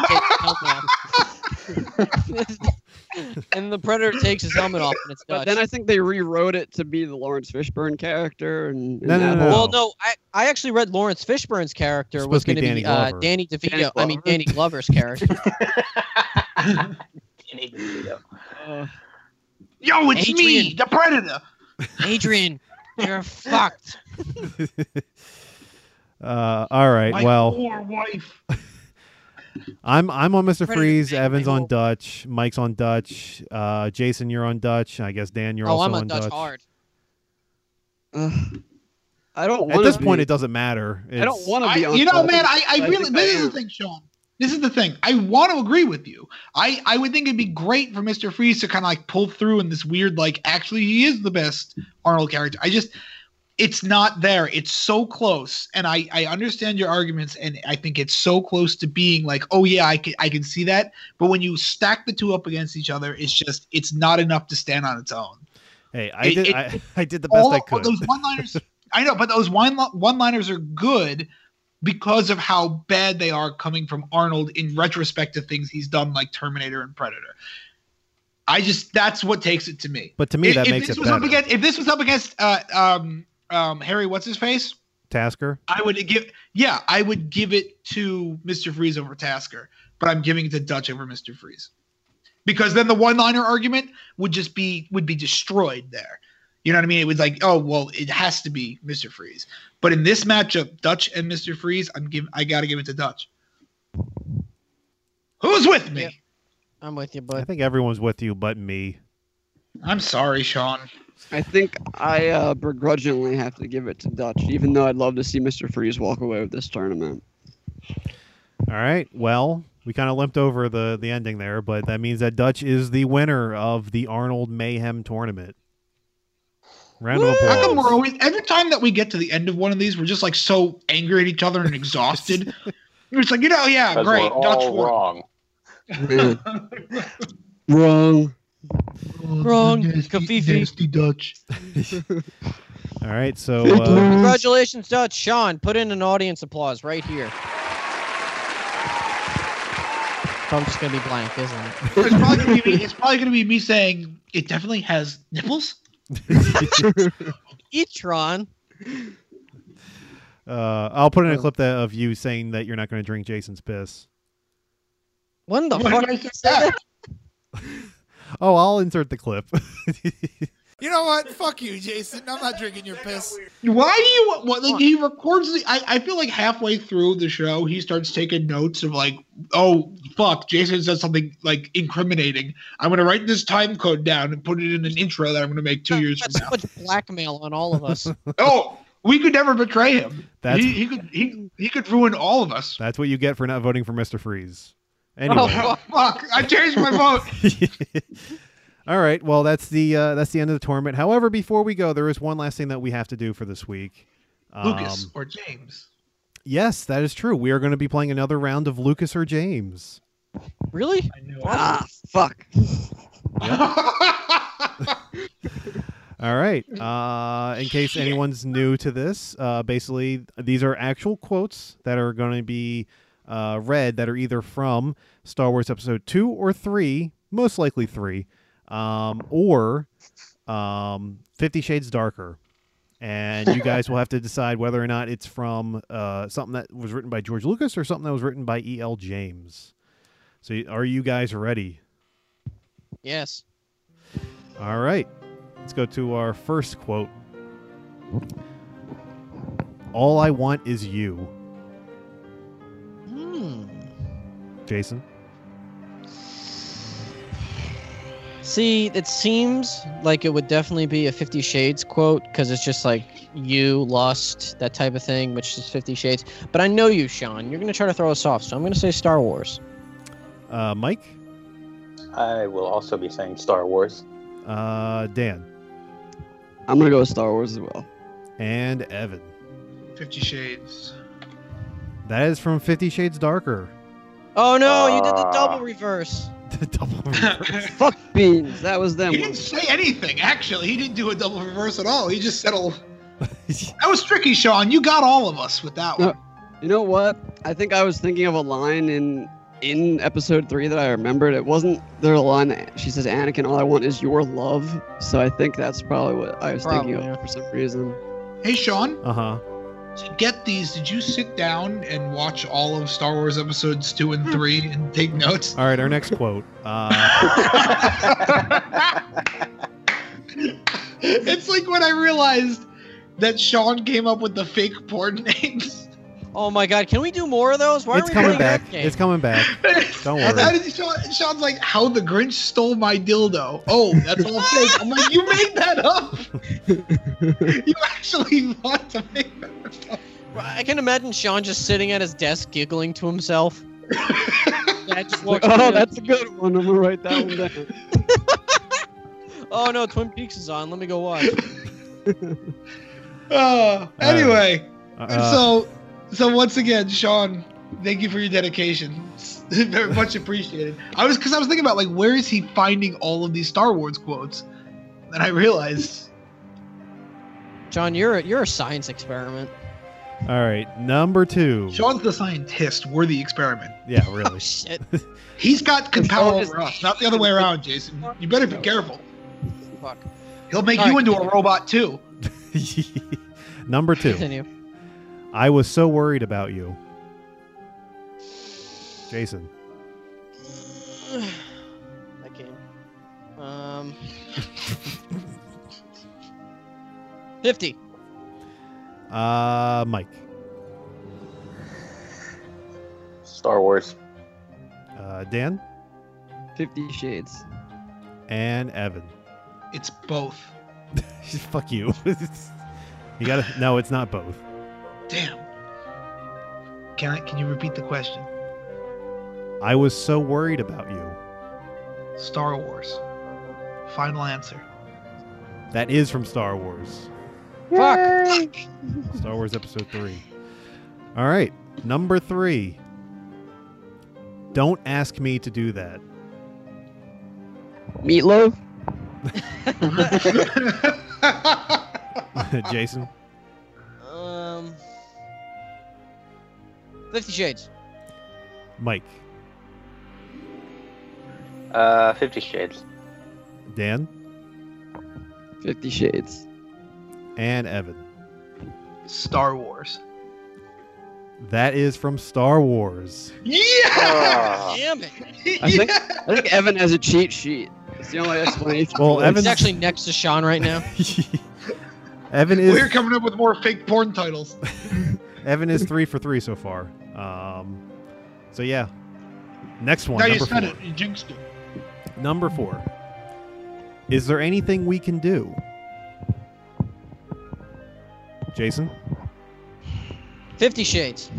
Speaker 2: takes his helmet off. and the predator takes his helmet off, and it's
Speaker 5: but
Speaker 2: Dutch.
Speaker 5: then I think they rewrote it to be the Lawrence Fishburne character. And, and
Speaker 3: No, no,
Speaker 5: that
Speaker 3: no,
Speaker 5: whole-
Speaker 2: well, no, I, I actually read Lawrence Fishburne's character
Speaker 3: It's
Speaker 2: was
Speaker 3: supposed
Speaker 2: going to be
Speaker 3: to be Danny
Speaker 2: uh,
Speaker 3: Glover.
Speaker 2: Danny DeVito.
Speaker 5: Danny
Speaker 2: I mean,
Speaker 5: Glover.
Speaker 2: Danny Glover's character.
Speaker 5: uh,
Speaker 6: Yo, it's me,
Speaker 2: Adrian.
Speaker 6: the Predator.
Speaker 2: Adrian, you're fucked.
Speaker 3: Uh, all right.
Speaker 6: My
Speaker 3: well,
Speaker 6: poor wife.
Speaker 3: I'm I'm on Mr.
Speaker 2: Predator
Speaker 3: Freeze.
Speaker 2: thing,
Speaker 3: Evan's
Speaker 2: I
Speaker 3: on
Speaker 2: hope.
Speaker 3: Dutch. Mike's on Dutch. Uh, Jason, you're on Dutch. I guess Dan, you're
Speaker 2: oh,
Speaker 3: also
Speaker 2: I'm
Speaker 3: on
Speaker 2: on Dutch hard.
Speaker 5: uh, I don't want
Speaker 3: At this point, it doesn't matter.
Speaker 5: I don't
Speaker 3: It's-
Speaker 5: want to
Speaker 6: I,
Speaker 5: be on.
Speaker 6: you know,
Speaker 5: Dutch.
Speaker 6: man, I, I
Speaker 5: I
Speaker 6: really
Speaker 5: think I
Speaker 6: this is the
Speaker 5: am.
Speaker 6: thing, Sean. This is the thing. I want to agree with you. I, I would think it'd be great for Mr. Freeze to kind of like pull through in this weird, like, actually, he is the best Arnold character. I just, it's not there. It's so close. And I, I understand your arguments. And I think it's so close to being like, oh, yeah, I can, I can see that. But when you stack the two up against each other, it's just, it's not enough to stand on its own.
Speaker 3: Hey, I
Speaker 6: It-
Speaker 3: did.
Speaker 6: it-
Speaker 3: I, I did the best I
Speaker 6: of-
Speaker 3: could.
Speaker 6: Those one-liners, I know, but those one one-liners are good because of how bad they are coming from Arnold in retrospect to things he's done, like Terminator and Predator. I just that's what takes it to me.
Speaker 3: But to me,
Speaker 6: if,
Speaker 3: that
Speaker 6: if
Speaker 3: makes
Speaker 6: this
Speaker 3: it
Speaker 6: was up
Speaker 3: better.
Speaker 6: against if this was up against uh, um, um, Harry, what's his face?
Speaker 3: Tasker.
Speaker 6: I would give yeah, I would give it to Mr. Freeze over Tasker, but I'm giving it to Dutch over Mr. Freeze. Because then the one-liner argument would just be would be destroyed there. You know what I mean? It would like, oh well, it has to be Mr. Freeze. But in this matchup, Dutch and Mr. Freeze, I'm give I gotta give it to Dutch. Who's with me?
Speaker 2: Yeah. I'm with you,
Speaker 3: I
Speaker 2: bud.
Speaker 3: think everyone's with you, but me.
Speaker 6: I'm sorry, Sean.
Speaker 5: I think I uh, begrudgingly have to give it to Dutch, even though I'd love to see Mr. Freeze walk away with this tournament.
Speaker 3: All right. Well, we kind of limped over the the ending there, but that means that Dutch is the winner of the Arnold Mayhem tournament. Round of
Speaker 6: How come we're
Speaker 3: applause.
Speaker 6: always every time that we get to the end of one of these, we're just like so angry at each other and exhausted. it's like, you know, yeah,
Speaker 4: Because
Speaker 6: great.
Speaker 4: we're
Speaker 6: Dutch
Speaker 4: all
Speaker 6: won.
Speaker 4: wrong.
Speaker 5: Man. Wrong.
Speaker 6: Oh,
Speaker 2: Wrong. nasty- Kafifi. nasty
Speaker 6: Dutch.
Speaker 3: All right. So uh,
Speaker 2: Congratulations, Dutch. Sean, put in an audience applause right here. thumb's just gonna be blank, isn't it?
Speaker 6: It's probably gonna be me, it's probably gonna be me saying it definitely has nipples.
Speaker 2: Etron.
Speaker 3: Uh, I'll put in a clip that of you saying that you're not going to drink Jason's piss.
Speaker 2: When the
Speaker 6: Why
Speaker 2: fuck?
Speaker 6: did I say that?
Speaker 3: Oh, I'll insert the clip.
Speaker 7: You know what? Fuck you, Jason. I'm not drinking your piss.
Speaker 6: Why do you want what, like he records the I, I feel like halfway through the show he starts taking notes of like, oh fuck, Jason said something like incriminating. I'm gonna write this time code down and put it in an intro that I'm gonna make two years from
Speaker 2: That's so much blackmail on all of us.
Speaker 6: now. Oh, we could never betray him.
Speaker 3: That's
Speaker 6: he, he could he he could ruin all of us.
Speaker 3: that's what you get for not voting for Mister Freeze.
Speaker 2: Oh,
Speaker 3: Anyway,
Speaker 6: Oh, fuck. I changed my vote.
Speaker 3: all right. Well, that's the uh, that's the end of the tournament. However, before we go, there is one last thing that we have to do for this week.
Speaker 6: Lucas
Speaker 3: Um,
Speaker 6: or James.
Speaker 3: Yes, that is true. We are going to be playing another round of Lucas or James.
Speaker 2: really?
Speaker 6: I knew
Speaker 5: Ah, fuck.
Speaker 6: it.
Speaker 3: All right. Uh, in case anyone's new to this, uh, basically these are actual quotes that are going to be uh, read that are either from Star Wars Episode Two or Three, most likely Three, um, or um, Fifty Shades Darker, and you guys will have to decide whether or not it's from uh, something that was written by George Lucas or something that was written by E. L. James. So, y- are you guys ready?
Speaker 2: Yes.
Speaker 3: All right. Let's go to our first quote. All I want is you,
Speaker 2: Hmm.
Speaker 3: Jason.
Speaker 2: See, it seems like it would definitely be a Fifty Shades quote because it's just like you, lust, that type of thing, which is Fifty Shades. But I know you, Sean. You're gonna try to throw us off, so I'm gonna say Star Wars.
Speaker 3: Uh, Mike,
Speaker 4: I will also be saying Star Wars.
Speaker 3: uh, Dan,
Speaker 5: I'm gonna go with Star Wars as well.
Speaker 3: and Evan.
Speaker 6: Fifty Shades.
Speaker 3: That is from Fifty Shades Darker.
Speaker 2: Oh no, you did the
Speaker 4: Ah.
Speaker 2: double reverse.
Speaker 3: The double reverse.
Speaker 6: he
Speaker 5: Fuck beans. That was them.
Speaker 6: didn't say anything, actually. He didn't do a double reverse at all. He just settled. That was tricky, Sean. You got all of us with that one.
Speaker 5: You know what? I think I was thinking of a line in in episode three that I remembered. It wasn't their line. that- She says, "Anakin, all I want is your love." So I think that's probably what I was thinking
Speaker 2: Probably,
Speaker 5: of for some reason.
Speaker 6: Hey, Sean,
Speaker 3: Uh huh.
Speaker 6: to get these, did you sit down and watch all of Star Wars episodes two and three and take notes?
Speaker 3: All right, our next quote. Uh,
Speaker 6: it's like when I realized that Sean came up with the fake porn names.
Speaker 2: Oh my God, can we do more of those? Why
Speaker 3: it's
Speaker 2: are we
Speaker 3: coming
Speaker 2: playing that
Speaker 3: back.
Speaker 2: game?
Speaker 3: It's coming back. Don't worry.
Speaker 6: How did Sean, Sean's like, how the Grinch stole my dildo. Oh, that's all fake. I'm like, you made that up. you actually want to make that
Speaker 2: I can imagine Sean just sitting at his desk giggling to himself. yeah, I just walked
Speaker 5: Oh,
Speaker 2: in.
Speaker 5: that's a good one. I'm gonna write that one down.
Speaker 2: Oh no, Twin Peaks is on. Let me go watch.
Speaker 6: Uh, anyway,
Speaker 3: Uh,
Speaker 6: so so once again, Sean, thank you for your dedication. It's Very much appreciated. I was because I was thinking about like where is he finding all of these Star Wars quotes, and I realized
Speaker 2: John, you're a, you're a science experiment.
Speaker 3: all right, number two.
Speaker 6: Sean's the scientist. We're the experiment.
Speaker 3: Yeah,
Speaker 2: Oh
Speaker 3: really.
Speaker 2: shit.
Speaker 6: He's got
Speaker 5: Sean
Speaker 6: power
Speaker 5: is-
Speaker 6: over us, not the other way around, Jason. You better be careful.
Speaker 2: Fuck.
Speaker 6: He'll make
Speaker 2: Sorry.
Speaker 6: you into a robot too.
Speaker 3: number two.
Speaker 2: Continue.
Speaker 3: I was so worried about you, Jason.
Speaker 2: that game. Um. Fifty.
Speaker 3: Uh, Mike.
Speaker 4: Star Wars.
Speaker 3: Uh, Dan.
Speaker 5: Fifty Shades.
Speaker 3: and Evan.
Speaker 6: It's both.
Speaker 3: Fuck you. you gotta. No, it's not both.
Speaker 6: Damn. Can I? Can you repeat the question?
Speaker 3: I was so worried about you.
Speaker 6: Star Wars. Final answer.
Speaker 3: That is from Star Wars.
Speaker 2: Fuck.
Speaker 3: Star Wars Episode Three. All right, number three. Don't ask me to do that.
Speaker 5: Meatloaf.
Speaker 3: Jason.
Speaker 2: Um. Fifty Shades.
Speaker 3: Mike.
Speaker 4: Uh, Fifty Shades.
Speaker 3: Dan
Speaker 5: Fifty Shades.
Speaker 3: and Evan.
Speaker 6: Star Wars.
Speaker 3: That is from Star Wars.
Speaker 6: Yeah.
Speaker 4: Ah.
Speaker 2: Damn it!
Speaker 5: I think- I think Evan has a cheat sheet. It's the only explanation.
Speaker 3: Well,
Speaker 2: He's
Speaker 3: Evan's
Speaker 2: actually next to Sean right now.
Speaker 3: Evan is
Speaker 6: We're coming up with more fake porn titles.
Speaker 3: Evan is three for three so far. Um, so yeah, next one.
Speaker 6: now you
Speaker 3: number
Speaker 6: said
Speaker 3: four.
Speaker 6: it. You jinxed it.
Speaker 3: Number four. Is there anything we can do? Jason,
Speaker 2: Fifty Shades.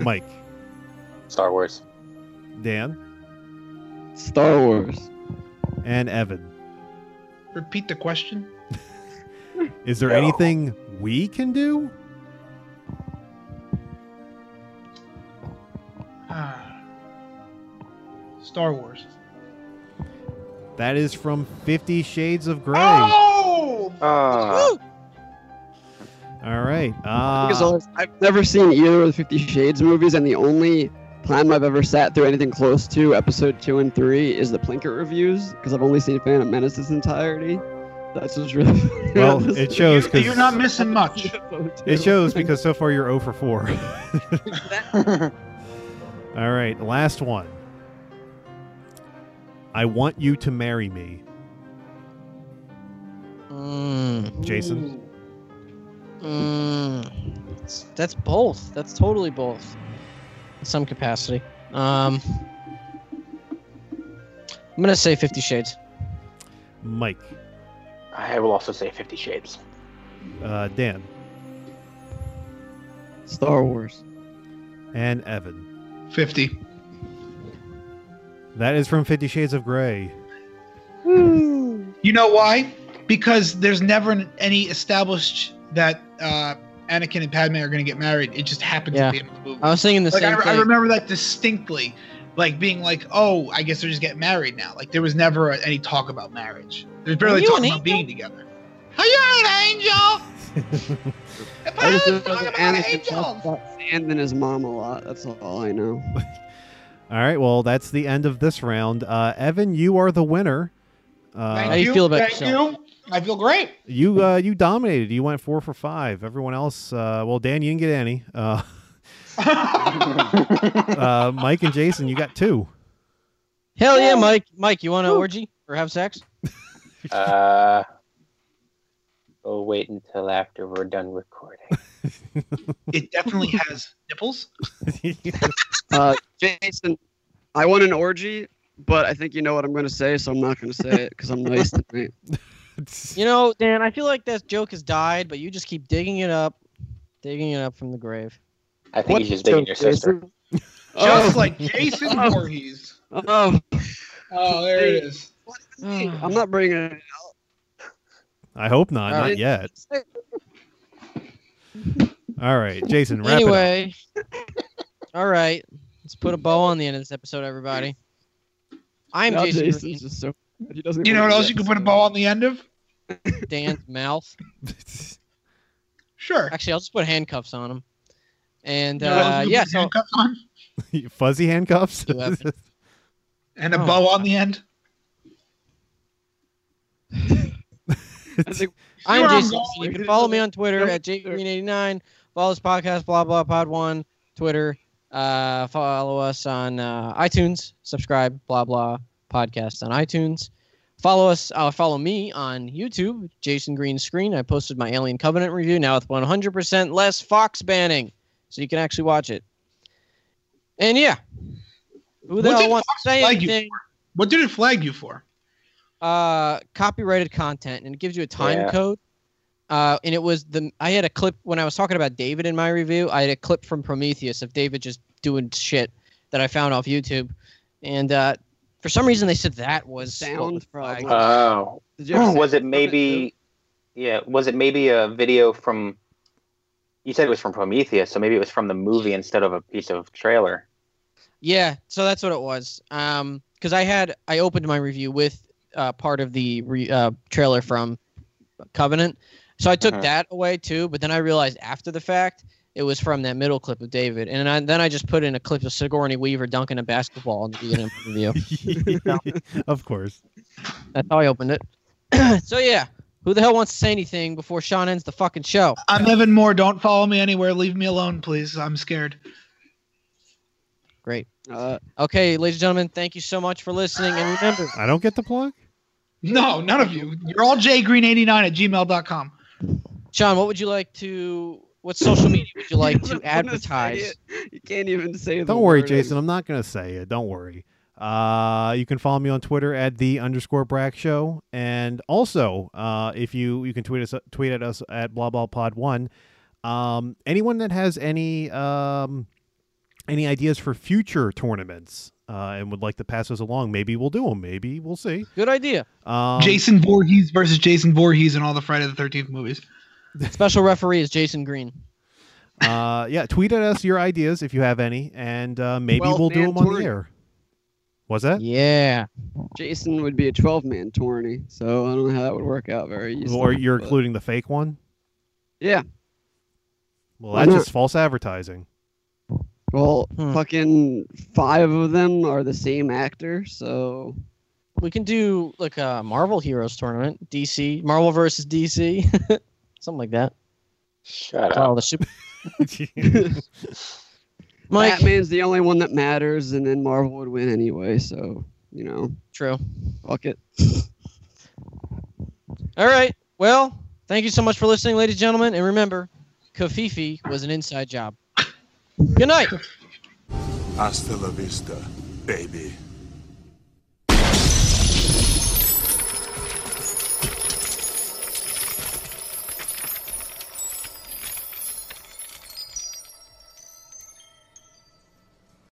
Speaker 3: Mike,
Speaker 4: Star Wars.
Speaker 3: Dan,
Speaker 5: Star Wars.
Speaker 3: and Evan.
Speaker 6: Repeat the question.
Speaker 3: Is there anything we can do?
Speaker 6: Ah. Star Wars.
Speaker 3: That is from Fifty Shades of Grey.
Speaker 6: Oh!
Speaker 4: Ah.
Speaker 2: Woo!
Speaker 3: All right.
Speaker 5: Because
Speaker 3: Uh,
Speaker 5: I've never seen either of the Fifty Shades movies, and the only time I've ever sat through anything close to episode two and three is the Plinkett reviews, because I've only seen Phantom Menace this entirety. That's just really. funny about
Speaker 3: well,
Speaker 5: this
Speaker 3: it shows
Speaker 6: You're, you're not
Speaker 3: because
Speaker 6: missing much.
Speaker 5: episode, too.
Speaker 3: it shows because so far you're 0 for 4. All right, last one. I want you to marry me,
Speaker 2: Mm,
Speaker 3: Jason.
Speaker 2: mm. That's- That's both. That's totally both. In some capacity. Um, I'm gonna say Fifty Shades.
Speaker 3: Mike,
Speaker 4: I will also say Fifty Shades.
Speaker 3: uh, Dan,
Speaker 5: Star Wars.
Speaker 3: and Evan.
Speaker 6: 50.
Speaker 3: That is from Fifty Shades of Grey.
Speaker 6: You know why? Because there's never an- any established that uh, Anakin and Padme are going to get married. It just happens
Speaker 2: Yeah.
Speaker 6: at the end of the movie.
Speaker 2: I was thinking the
Speaker 6: like I,
Speaker 2: same
Speaker 6: re-
Speaker 2: thing.
Speaker 6: I remember that distinctly, like being like, "Oh, I guess they're just getting married now." Like there was never uh, any talk about marriage. There's barely
Speaker 2: you
Speaker 6: talk
Speaker 2: an
Speaker 6: about
Speaker 2: angel?
Speaker 6: being together. Are you an angel? If I
Speaker 5: I just
Speaker 6: was
Speaker 5: know
Speaker 6: talking
Speaker 5: that
Speaker 6: about
Speaker 5: Anakin
Speaker 6: angels.
Speaker 5: talks about sand and his mom a lot. That's all I know.
Speaker 3: All right, well, that's the end of this round. Uh, Evan, you are the winner.
Speaker 6: Thank
Speaker 2: How
Speaker 3: Uh,
Speaker 2: you feel about
Speaker 6: Thank
Speaker 2: yourself?
Speaker 6: you. I feel great.
Speaker 3: you uh, you dominated. You went four for five. Everyone else, uh, well, Dan, you didn't get any. Uh, uh, Mike and Jason, you got two.
Speaker 2: Hell yeah, Mike. Mike, you want to orgy or have sex?
Speaker 4: Uh, we'll wait until after we're done recording.
Speaker 6: it definitely has nipples.
Speaker 5: Uh, Jason, I want an orgy, but I think you know what I'm going to say, so I'm not going to say it because I'm nice tonight.
Speaker 2: You know, Dan, I feel like that joke has died, but you just keep digging it up, digging it up from the grave.
Speaker 4: I think he's just digging your sister.
Speaker 5: Oh,
Speaker 6: Just like Jason Voorhees.
Speaker 5: oh,
Speaker 6: Oh, there it is.
Speaker 5: I'm not bringing it. out.
Speaker 3: I hope not.
Speaker 2: All
Speaker 3: Not
Speaker 2: right.
Speaker 3: yet. All right, Jason, wrap it up.
Speaker 2: anyway, all right, let's put a bow on the end of this episode, everybody. I'm
Speaker 5: Now
Speaker 2: Jason,
Speaker 5: Jason's
Speaker 2: Green,
Speaker 5: just so. He doesn't
Speaker 6: You know what
Speaker 5: even
Speaker 6: else you
Speaker 5: get
Speaker 6: can put a
Speaker 5: it.
Speaker 6: bow on the end of?
Speaker 2: Dan's mouth.
Speaker 6: Sure.
Speaker 2: Actually, I'll just put handcuffs on him. And
Speaker 6: You know what else
Speaker 2: uh,
Speaker 6: you
Speaker 2: yeah,
Speaker 6: can put
Speaker 2: so
Speaker 6: handcuffs on?
Speaker 3: Fuzzy handcuffs.
Speaker 2: You have
Speaker 6: and a
Speaker 2: Oh.
Speaker 6: bow on the end.
Speaker 5: I think
Speaker 6: You're
Speaker 2: I'm
Speaker 6: on
Speaker 2: Jason.
Speaker 6: goal.
Speaker 2: Easton. You can follow me on Twitter
Speaker 5: Yep.
Speaker 2: at jgreen89. Follow this podcast, blah blah pod one Twitter. Uh, follow us on uh, iTunes. Subscribe, blah blah podcast on iTunes. Follow us. Uh, follow me on YouTube, Jason Green Screen. I posted my Alien Covenant review now with 100% less Fox banning, so you can actually watch it. And yeah, who the
Speaker 6: What
Speaker 2: hell
Speaker 6: did
Speaker 2: wants to
Speaker 6: Fox
Speaker 2: say
Speaker 6: flag you
Speaker 2: anything?
Speaker 6: What did it flag you for?
Speaker 2: uh, copyrighted content and it gives you a time
Speaker 4: Yeah.
Speaker 2: code. Uh, and it was the I had a clip when I was talking about David in my review. I had a clip from Prometheus of David just doing shit that I found off YouTube, and uh, for some reason they said that was
Speaker 5: Sound
Speaker 2: probably.
Speaker 5: problem.
Speaker 4: Oh,
Speaker 5: Did you ever
Speaker 4: was
Speaker 5: say-
Speaker 4: it maybe? Yeah, was it maybe a video from? You said it was from Prometheus, so maybe it was from the movie instead of a piece of trailer.
Speaker 2: Yeah, so that's what it was. Um, because I had I opened my review with uh, part of the re, uh, trailer from Covenant, so I took
Speaker 4: Uh-huh.
Speaker 2: that away too. But then I realized after the fact it was from that middle clip of David, and I, then I just put in a clip of Sigourney Weaver dunking a basketball in the beginning of the video.
Speaker 3: of course.
Speaker 2: That's how I opened it. so yeah, who the hell wants to say anything before Sean ends the fucking show?
Speaker 6: I'm Evan Moore. Don't follow me anywhere. Leave me alone, please. I'm scared.
Speaker 2: Great. Uh, okay, ladies and gentlemen, thank you so much for listening. And remember,
Speaker 3: I don't get the plug.
Speaker 6: No, none of you. You're all jgreen89 at gmail.com.
Speaker 2: Sean, what would you like to? What social media would you like to advertise?
Speaker 5: You can't even say. the
Speaker 3: Don't worry,
Speaker 5: word.
Speaker 3: Jason. I'm not gonna say it. Don't worry. Uh, you can follow me on Twitter at the underscore Brack Show, and also uh, if you you can tweet us tweet at us at blah blah pod one. Um, anyone that has any um, any ideas for future tournaments uh, and would like to pass us along, maybe we'll do them. Maybe we'll see.
Speaker 2: Good idea.
Speaker 3: Um,
Speaker 6: Jason Voorhees versus Jason Voorhees in all the Friday the 13th movies.
Speaker 2: Special referee is Jason Green.
Speaker 3: uh, yeah, tweet at us your ideas if you have any, and uh, maybe
Speaker 5: Well,
Speaker 3: we'll do
Speaker 5: man,
Speaker 3: them on the
Speaker 5: Tori-
Speaker 3: air. Was that?
Speaker 2: Yeah.
Speaker 5: Jason would be a 12 man tourney, so I don't know how that would work out very easily.
Speaker 3: Or you're
Speaker 5: but-
Speaker 3: including the fake one?
Speaker 5: Yeah.
Speaker 3: Well,
Speaker 5: Why
Speaker 3: that's
Speaker 5: not?
Speaker 3: just false advertising.
Speaker 5: Well,
Speaker 2: Hmm.
Speaker 5: fucking five of them are the same actor, so
Speaker 2: We can do like a Marvel Heroes tournament, DC, Marvel versus DC, something like that.
Speaker 4: Shut up.
Speaker 2: Oh, the super. Mike,
Speaker 5: Batman's the only one that matters, and then Marvel would win anyway. So you know,
Speaker 2: true.
Speaker 5: fuck it.
Speaker 2: All right. Well, thank you so much for listening, ladies and gentlemen. And remember, Kafifi was an inside job. Good night.
Speaker 1: Hasta la vista, baby.